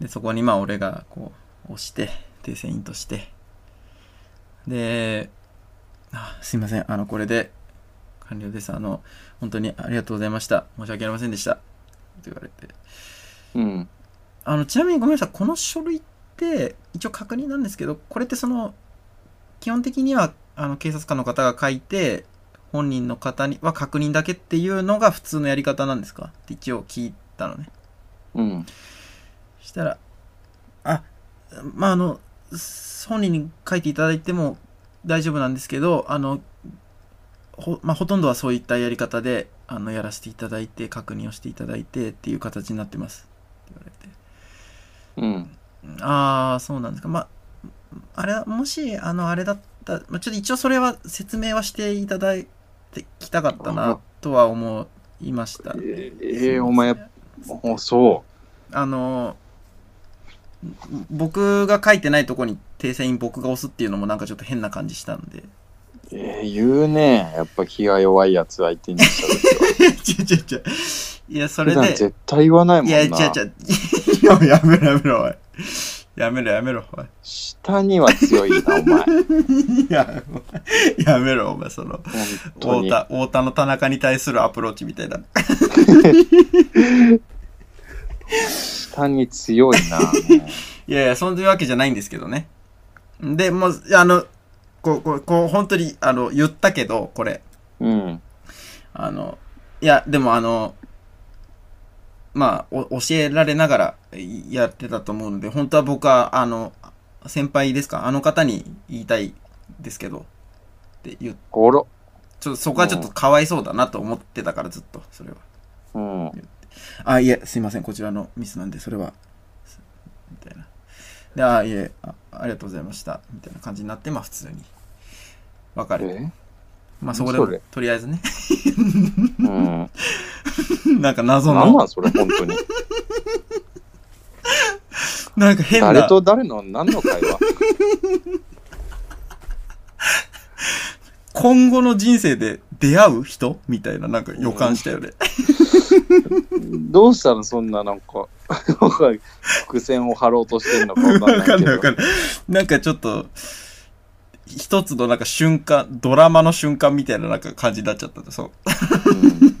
[SPEAKER 3] で、そこにまあ俺がこう、押して、訂正印として。で、あすいません、あの、これで完了です。あの、本当にありがとうございました。申し訳ありませんでした。って言われて。
[SPEAKER 2] うん
[SPEAKER 3] あの、ちなみにごめんなさい、この書類って、一応確認なんですけど、これってその、基本的には、あの、警察官の方が書いて、本人の方には確認だけっていうのが普通のやり方なんですかって一応聞いたのね。
[SPEAKER 2] うん
[SPEAKER 3] したら、あ、まあ、あの、本人に書いていただいても大丈夫なんですけど、あの、ほまあ、ほとんどはそういったやり方で、あの、やらせていただいて、確認をしていただいてっていう形になってます。って言われて。
[SPEAKER 2] うん
[SPEAKER 3] ああ、そうなんですか。まあ、あれは、もし、あの、あれだった、まあ、ちょっと一応それは説明はしていただいてきたかったな、とは思いました。
[SPEAKER 2] え
[SPEAKER 3] すいませ
[SPEAKER 2] え
[SPEAKER 3] ん
[SPEAKER 2] お前おそ
[SPEAKER 3] あのん僕が書いてないとこに訂正印僕が押すっていうのもなんかちょっと変な感じしたん で。
[SPEAKER 2] うええ言うねやっぱ気が弱いやつ相手にした時は
[SPEAKER 3] ちょちょちょ。いや、そ
[SPEAKER 2] 普
[SPEAKER 3] れ
[SPEAKER 2] 段
[SPEAKER 3] で。
[SPEAKER 2] 絶対言わないもん
[SPEAKER 3] い
[SPEAKER 2] な
[SPEAKER 3] や、ちょちょ。 いや、やめろやめろ、おい。やめろやめろ、おい。
[SPEAKER 2] 下には強いなお前本
[SPEAKER 3] いや、お前やめろ、お前、その、
[SPEAKER 2] 当
[SPEAKER 3] 太
[SPEAKER 2] に
[SPEAKER 3] 田、太田の田中に対するアプローチみたいな。
[SPEAKER 2] 下に強い なも
[SPEAKER 3] いやいや、そういうわけじゃないんですけどね。で、もう、あの、こう、こう、こう本当に、あの、言ったけど、これ。
[SPEAKER 2] ううん
[SPEAKER 3] あの、いや、でもあの、まあ、お教えられながらいやってたと思うので、本当は僕は、あの、先輩ですか、あの方に言いたいですけど、って言う、
[SPEAKER 2] ゴロ
[SPEAKER 3] ちょっとそこはちょっとかわいそうだなと思ってたから、ずっと、それは。
[SPEAKER 2] うん
[SPEAKER 3] あ、いえ、すいません、こちらのミスなんで、それは、すみたいな。で、あ、いえ、ああありがとうございました。みたいな感じになって、まあ普通に。別れて。
[SPEAKER 2] え
[SPEAKER 3] まあそこ
[SPEAKER 2] そ
[SPEAKER 3] で
[SPEAKER 2] れ、
[SPEAKER 3] とりあえずね。
[SPEAKER 2] うん。
[SPEAKER 3] なんか謎
[SPEAKER 2] なんな
[SPEAKER 3] の、
[SPEAKER 2] んそれ、本当に。
[SPEAKER 3] なんか変
[SPEAKER 2] 誰
[SPEAKER 3] な、
[SPEAKER 2] と誰の何の会話
[SPEAKER 3] 今後の人生で出会う人みたいな、なんか予感したよね。
[SPEAKER 2] どうしたのそんななんか、伏線を張ろうとしてるのかわかん
[SPEAKER 3] わ
[SPEAKER 2] ないけど。
[SPEAKER 3] かんないわかんない。なんかちょっと、一つのなんか瞬間、ドラマの瞬間みたいななんか感じになっちゃった。そう。
[SPEAKER 2] うん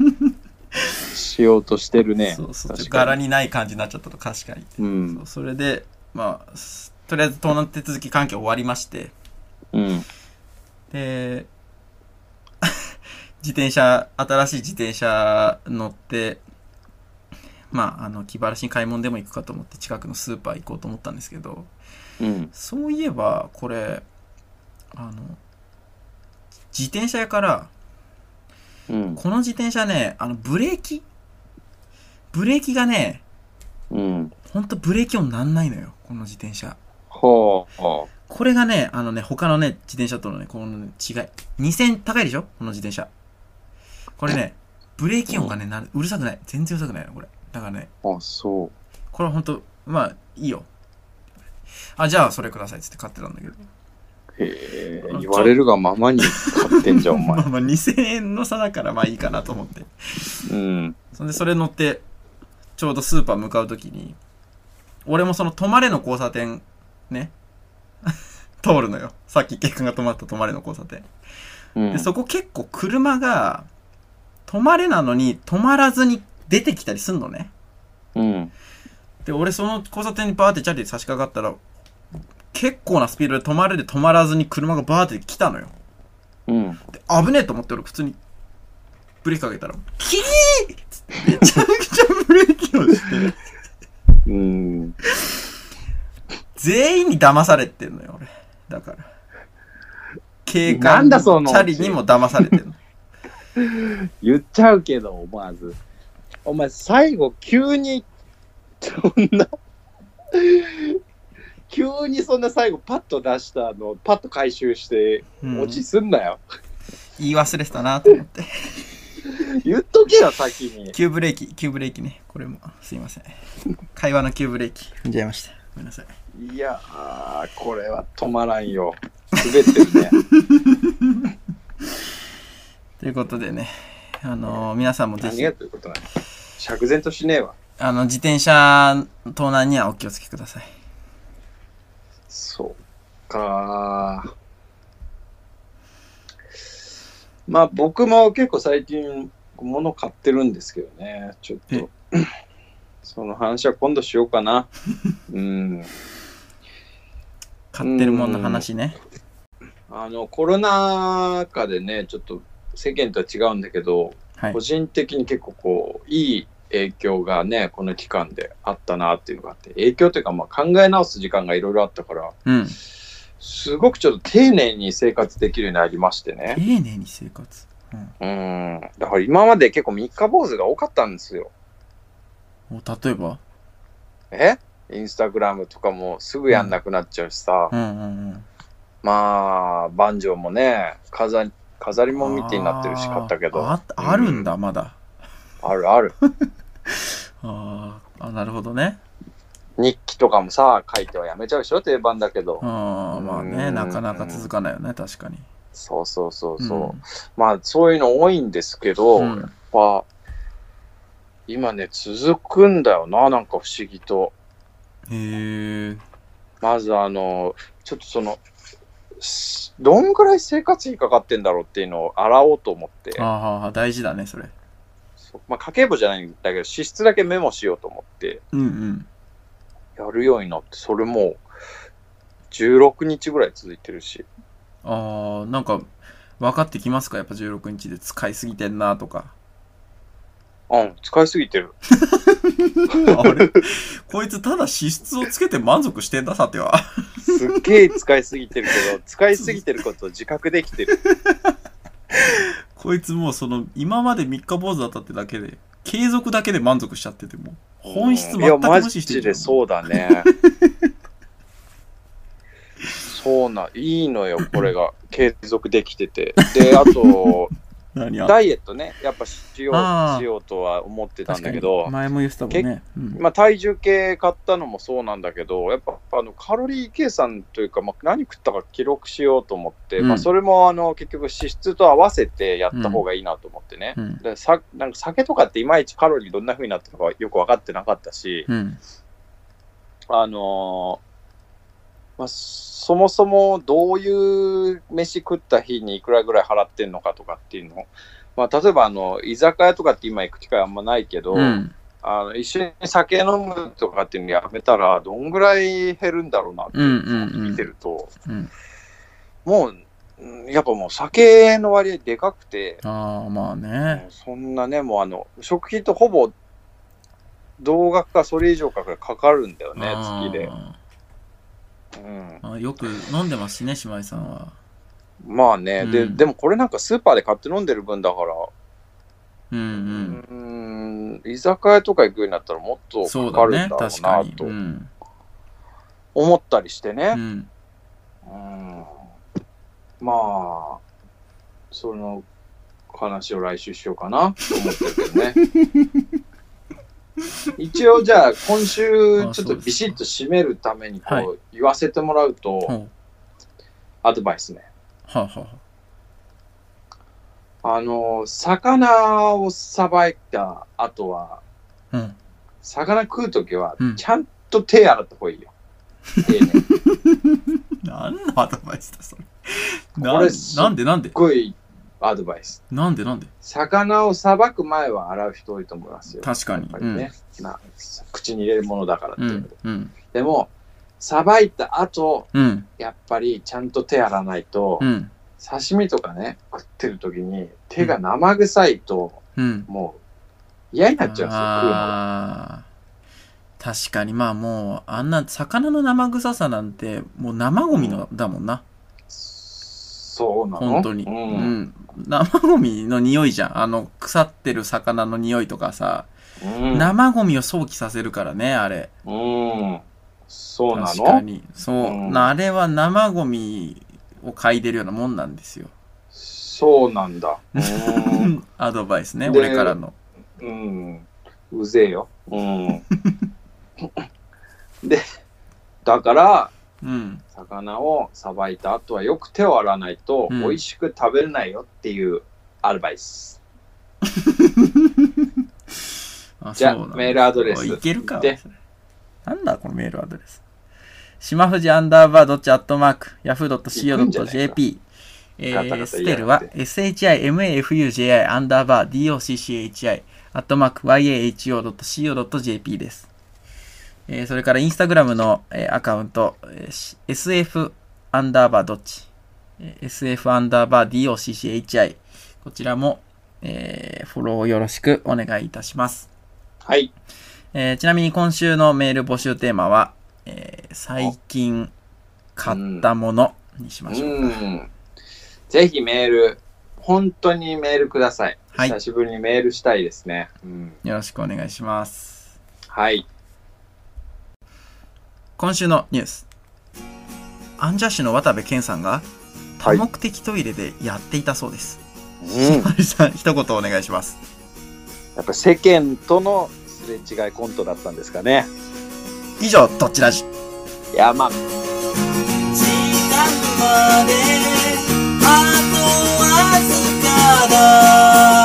[SPEAKER 2] しようとしてるね。
[SPEAKER 3] そうそう。ちょっ
[SPEAKER 2] 確
[SPEAKER 3] と柄
[SPEAKER 2] かに。
[SPEAKER 3] にない感じになっちゃったと、確かに。
[SPEAKER 2] うん
[SPEAKER 3] そうそれで、まあ、すとりあえず盗難手続き関係終わりまして、
[SPEAKER 2] うん。
[SPEAKER 3] で、 自転車、新しい自転車乗って、まあ、あの、気晴らしに買い物でも行くかと思って近くのスーパー行こうと思ったんですけど、
[SPEAKER 2] うん。
[SPEAKER 3] そういえば、これ、あの、自転車屋から、
[SPEAKER 2] うん。
[SPEAKER 3] この自転車ね、あの、ブレーキブレーキがね、
[SPEAKER 2] うん。
[SPEAKER 3] ほんとブレーキ音なんないのよ、この自転車。
[SPEAKER 2] はあ。は
[SPEAKER 3] これがね、あのね、他のね、自転車とのね、このね違い。2000高いでしょこの自転車。これね、ブレーキ音がね、なうるさくない。全然うるさくないの、これ。だからね、
[SPEAKER 2] あ。あ、そう。
[SPEAKER 3] これはほんと、まあ、いいよ。あ、じゃあ、それくださいっつって買ってたんだけど。
[SPEAKER 2] へえ。言われるがままに買ってんじゃん、お
[SPEAKER 3] ま
[SPEAKER 2] 前
[SPEAKER 3] あ。まあ、2000円の差だから、まあいいかなと思って。
[SPEAKER 2] うん。
[SPEAKER 3] そんで、それ乗って、ちょうどスーパー向かうときに、俺もその止まれの交差点、ね、 通るのよ。さっき結果が止まった止まれの交差点。
[SPEAKER 2] うん
[SPEAKER 3] でそこ結構車が止まれなのに止まらずに出てきたりすんのね
[SPEAKER 2] うん。
[SPEAKER 3] で俺その交差点にバーってチャリで差し掛かったら結構なスピードで止まれで止まらずに車がバーって来たのよ
[SPEAKER 2] うん。
[SPEAKER 3] で危ねえと思って俺普通にブレーキかけたらキリーッつってめちゃくちゃブレーキをして
[SPEAKER 2] うん。
[SPEAKER 3] 全員に騙されてんのよ俺だから警
[SPEAKER 2] なん
[SPEAKER 3] 官にも
[SPEAKER 2] だ
[SPEAKER 3] チ
[SPEAKER 2] その
[SPEAKER 3] ャリにも騙されてんの
[SPEAKER 2] 言っちゃうけど、思わず。お前、最後、急に、そんな、急にそんな最後、パッと出したの、パッと回収して、
[SPEAKER 3] うん
[SPEAKER 2] 落ちすんなよ。
[SPEAKER 3] 言い忘れてたなと思って
[SPEAKER 2] 言っとけよ、先に。
[SPEAKER 3] 急ブレーキ、急ブレーキね。これも、すいません。会話の急ブレーキ。踏んじゃいました。ごめんなさい。
[SPEAKER 2] いやー、これは止まらんよ。滑ってる ね。
[SPEAKER 3] ということでね、あのー皆さんもぜ
[SPEAKER 2] 何
[SPEAKER 3] ひ
[SPEAKER 2] が、ということない。釈然としねえわ。
[SPEAKER 3] あの、自転車盗難にはお気をつけください。
[SPEAKER 2] そうか。まあ僕も結構最近物買ってるんですけどね、ちょっ
[SPEAKER 3] え
[SPEAKER 2] と。 その話は今度しようか な。うん。
[SPEAKER 3] 買ってるもんの話ね。
[SPEAKER 2] あの、コロナ禍でね、ちょっと世間とは違うんだけど、
[SPEAKER 3] はい
[SPEAKER 2] 個。人的に結構こう、いい影響がね、この期間であったなっていうのがあって、影響というかまあ考え直す時間がいろいろあったから、
[SPEAKER 3] うん。
[SPEAKER 2] すごくちょっと丁寧に生活できるようになりましてね
[SPEAKER 3] 丁。寧に生活。うん
[SPEAKER 2] うん。だから今まで結構三日坊主が多かったんですよ。
[SPEAKER 3] お例えば
[SPEAKER 2] えインスタグラムとかもすぐやんなくなっちゃうしさ。
[SPEAKER 3] うんうん
[SPEAKER 2] まあ、バンジョーもね、飾り、飾り
[SPEAKER 3] うん。
[SPEAKER 2] も見てになってるし買ったけど。
[SPEAKER 3] あーああるんだ、まだ。
[SPEAKER 2] あるある。
[SPEAKER 3] あーあ、なるほどね。
[SPEAKER 2] 日記とかもさ、書いてはやめちゃうでしょ定番だけど。
[SPEAKER 3] ああ、まあね、
[SPEAKER 2] うん
[SPEAKER 3] なかなか続かないよね、確かに。
[SPEAKER 2] そうそうそうそう。
[SPEAKER 3] ん
[SPEAKER 2] まあ、そういうの多いんですけど、
[SPEAKER 3] うん
[SPEAKER 2] やっぱ、今ね、続くんだよな、なんか不思議と。
[SPEAKER 3] へえ。
[SPEAKER 2] まずあの、ちょっとその、しどんぐらい生活費かかってんだろうっていうのを洗おうと思って、
[SPEAKER 3] ああ、大事だね、それ。
[SPEAKER 2] そうまあ、家計簿じゃないんだけど、支出だけメモしようと思って、
[SPEAKER 3] うんうん。
[SPEAKER 2] やるようになって、それもう、16日ぐらい続いてるし、
[SPEAKER 3] ああ、なんか、分かってきますかやっぱ16日で使いすぎてんなとか。
[SPEAKER 2] うん、使いすぎてる。
[SPEAKER 3] あ れこいつただ支出をつけて満足してんだ、さては。
[SPEAKER 2] すっげえ使いすぎてる けど、使いすぎてることを自覚できてる。
[SPEAKER 3] こいつもうその、今まで三日坊主だったってだけで、継続だけで満足しちゃってても、本質
[SPEAKER 2] うんいや、
[SPEAKER 3] 全く
[SPEAKER 2] マ
[SPEAKER 3] 無視して
[SPEAKER 2] ジ
[SPEAKER 3] るじゃ
[SPEAKER 2] で
[SPEAKER 3] ん。
[SPEAKER 2] そうだね。そうなん、いいのよ、これが。継続できてて。で、あと、
[SPEAKER 3] 何あ
[SPEAKER 2] ダイエットね、やっぱしよ
[SPEAKER 3] あー
[SPEAKER 2] う、しようとは思ってたん
[SPEAKER 3] 確か
[SPEAKER 2] だ
[SPEAKER 3] に
[SPEAKER 2] けど、
[SPEAKER 3] 前も言ってたもんね。うん
[SPEAKER 2] まあ、体重計買ったのもそうなんだけど、やっぱあのカロリー計算というか、まあ、何食ったか記録しようと思って、
[SPEAKER 3] うん
[SPEAKER 2] まあ、それもあの結局、脂質と合わせてやった方がいいなと思ってね。
[SPEAKER 3] うん
[SPEAKER 2] でさなんか酒とかっていまいちカロリーどんな風になったかはよく分かってなかったし、
[SPEAKER 3] うん
[SPEAKER 2] あのーまあ、そもそもどういう飯食った日にいくらぐらい払ってんのかとかっていうのを、まあ、例えばあの居酒屋とかって今行く機会あんまないけど、
[SPEAKER 3] うん
[SPEAKER 2] あの一緒に酒飲むとかっていうのやめたらどんぐらい減るんだろうなって
[SPEAKER 3] うんうんうん
[SPEAKER 2] 見てると、
[SPEAKER 3] うん
[SPEAKER 2] もううんやっぱもう酒の割合でかくて、
[SPEAKER 3] ああ、まあね。
[SPEAKER 2] そんなねもうあの食費とほぼ同額かそれ以上かがかかるんだよね
[SPEAKER 3] あー
[SPEAKER 2] 月で、うん、
[SPEAKER 3] あよく飲んでますしね、姉妹さんは。
[SPEAKER 2] まあね、で
[SPEAKER 3] うん
[SPEAKER 2] でもこれなんかスーパーで買って飲んでる分だから
[SPEAKER 3] う
[SPEAKER 2] う
[SPEAKER 3] ん
[SPEAKER 2] ーん居酒屋とか行くようになったらもっ
[SPEAKER 3] う
[SPEAKER 2] と
[SPEAKER 3] ん。そう
[SPEAKER 2] かか
[SPEAKER 3] だ
[SPEAKER 2] る
[SPEAKER 3] ね
[SPEAKER 2] んだ、ろ
[SPEAKER 3] 確
[SPEAKER 2] う
[SPEAKER 3] か
[SPEAKER 2] な
[SPEAKER 3] に。
[SPEAKER 2] と
[SPEAKER 3] うん。
[SPEAKER 2] 思ったりしてね、
[SPEAKER 3] うん
[SPEAKER 2] うんまあ、その話を来週しようかなと思ってるけどね。 一応じゃあ今週
[SPEAKER 3] あ
[SPEAKER 2] ち
[SPEAKER 3] そ
[SPEAKER 2] ょっと
[SPEAKER 3] うですか
[SPEAKER 2] ビシッと締めるために
[SPEAKER 3] はい
[SPEAKER 2] こう言わせてもらうと、
[SPEAKER 3] ほう
[SPEAKER 2] アドバイスね。
[SPEAKER 3] はあはあ。
[SPEAKER 2] あの、魚をさばいた後は、
[SPEAKER 3] うん。
[SPEAKER 2] 魚食うときは
[SPEAKER 3] うん
[SPEAKER 2] ちゃんと手洗った方がいいよ。丁寧にすっ
[SPEAKER 3] 何のアドバイスだ、それ。
[SPEAKER 2] こ
[SPEAKER 3] な
[SPEAKER 2] れ
[SPEAKER 3] んなんでなんで
[SPEAKER 2] ごいアドバイス。
[SPEAKER 3] なんでなんで
[SPEAKER 2] 魚をさばく前は洗う人多いと思いますよ。
[SPEAKER 3] 確かに
[SPEAKER 2] やっぱ。りね、まあ、口に入れるものだからって
[SPEAKER 3] う
[SPEAKER 2] い
[SPEAKER 3] ん。
[SPEAKER 2] う
[SPEAKER 3] う
[SPEAKER 2] の
[SPEAKER 3] ん
[SPEAKER 2] で。
[SPEAKER 3] うん。
[SPEAKER 2] でもさばいた後
[SPEAKER 3] うん。
[SPEAKER 2] やっぱりちゃんと手洗わないと、
[SPEAKER 3] うん。
[SPEAKER 2] 刺身とかね食ってる時に手が生臭いと、
[SPEAKER 3] うん。
[SPEAKER 2] もう嫌になっちゃうんですよ食うのが
[SPEAKER 3] あー確かにまあもうあんな魚の生臭さなんてもう生ゴミのだもんな
[SPEAKER 2] そうなの
[SPEAKER 3] 本当に、
[SPEAKER 2] う
[SPEAKER 3] うんん生ゴミの匂いじゃんあの腐ってる魚の匂いとかさ、
[SPEAKER 2] うん
[SPEAKER 3] 生ゴミを想起させるからねあれ
[SPEAKER 2] うんそうな
[SPEAKER 3] 確か
[SPEAKER 2] の
[SPEAKER 3] にそう、
[SPEAKER 2] うん
[SPEAKER 3] なあれは生ゴミを嗅いでるようなもんなんですよ、
[SPEAKER 2] そうなんだうん、
[SPEAKER 3] アドバイスね
[SPEAKER 2] で
[SPEAKER 3] 俺からの
[SPEAKER 2] うん、うぜえようん でだから
[SPEAKER 3] うん
[SPEAKER 2] 魚をさばいた後はよく手を洗わないと
[SPEAKER 3] うん
[SPEAKER 2] 美味しく食べれないよっていうアドバイス、
[SPEAKER 3] あ
[SPEAKER 2] じゃあ
[SPEAKER 3] そうなんだ
[SPEAKER 2] メールアドレス
[SPEAKER 3] おいいけるか
[SPEAKER 2] で
[SPEAKER 3] なんだこのメールアドレス。しまふじアンダーバードッチアットマーク、
[SPEAKER 2] 行くんじゃない
[SPEAKER 3] yahoo.co.jp。え
[SPEAKER 2] ガタガタ言いやが
[SPEAKER 3] ー、
[SPEAKER 2] って
[SPEAKER 3] スペルは shimafuji アンダーバー docchi アットマーク yaho.co.jp です。えー、それからインスタグラムの、えーアカウント、えーし sf アンダーバードッチ、えー sf アンダーバー docchi。こちらも、えーフォローよろしくお願いいたします。
[SPEAKER 2] はい
[SPEAKER 3] えーちなみに今週のメール募集テーマは、えー最近買ったものにしましょう。
[SPEAKER 2] うんぜひメール本当にメールください、
[SPEAKER 3] はい
[SPEAKER 2] 久しぶりにメールしたいですね、うん、
[SPEAKER 3] よろしくお願いします。
[SPEAKER 2] はい
[SPEAKER 3] 今週のニュース。アンジャッシュの渡部健さんが多
[SPEAKER 2] はい
[SPEAKER 3] 目的トイレでやっていたそうです。
[SPEAKER 2] うん
[SPEAKER 3] はるさん、一言お願いします。
[SPEAKER 2] やっぱ世間とのすれ違いコントだったんですかね
[SPEAKER 3] 以上、どっちラジ。
[SPEAKER 2] いやまあ
[SPEAKER 5] 時間まであとわずかだ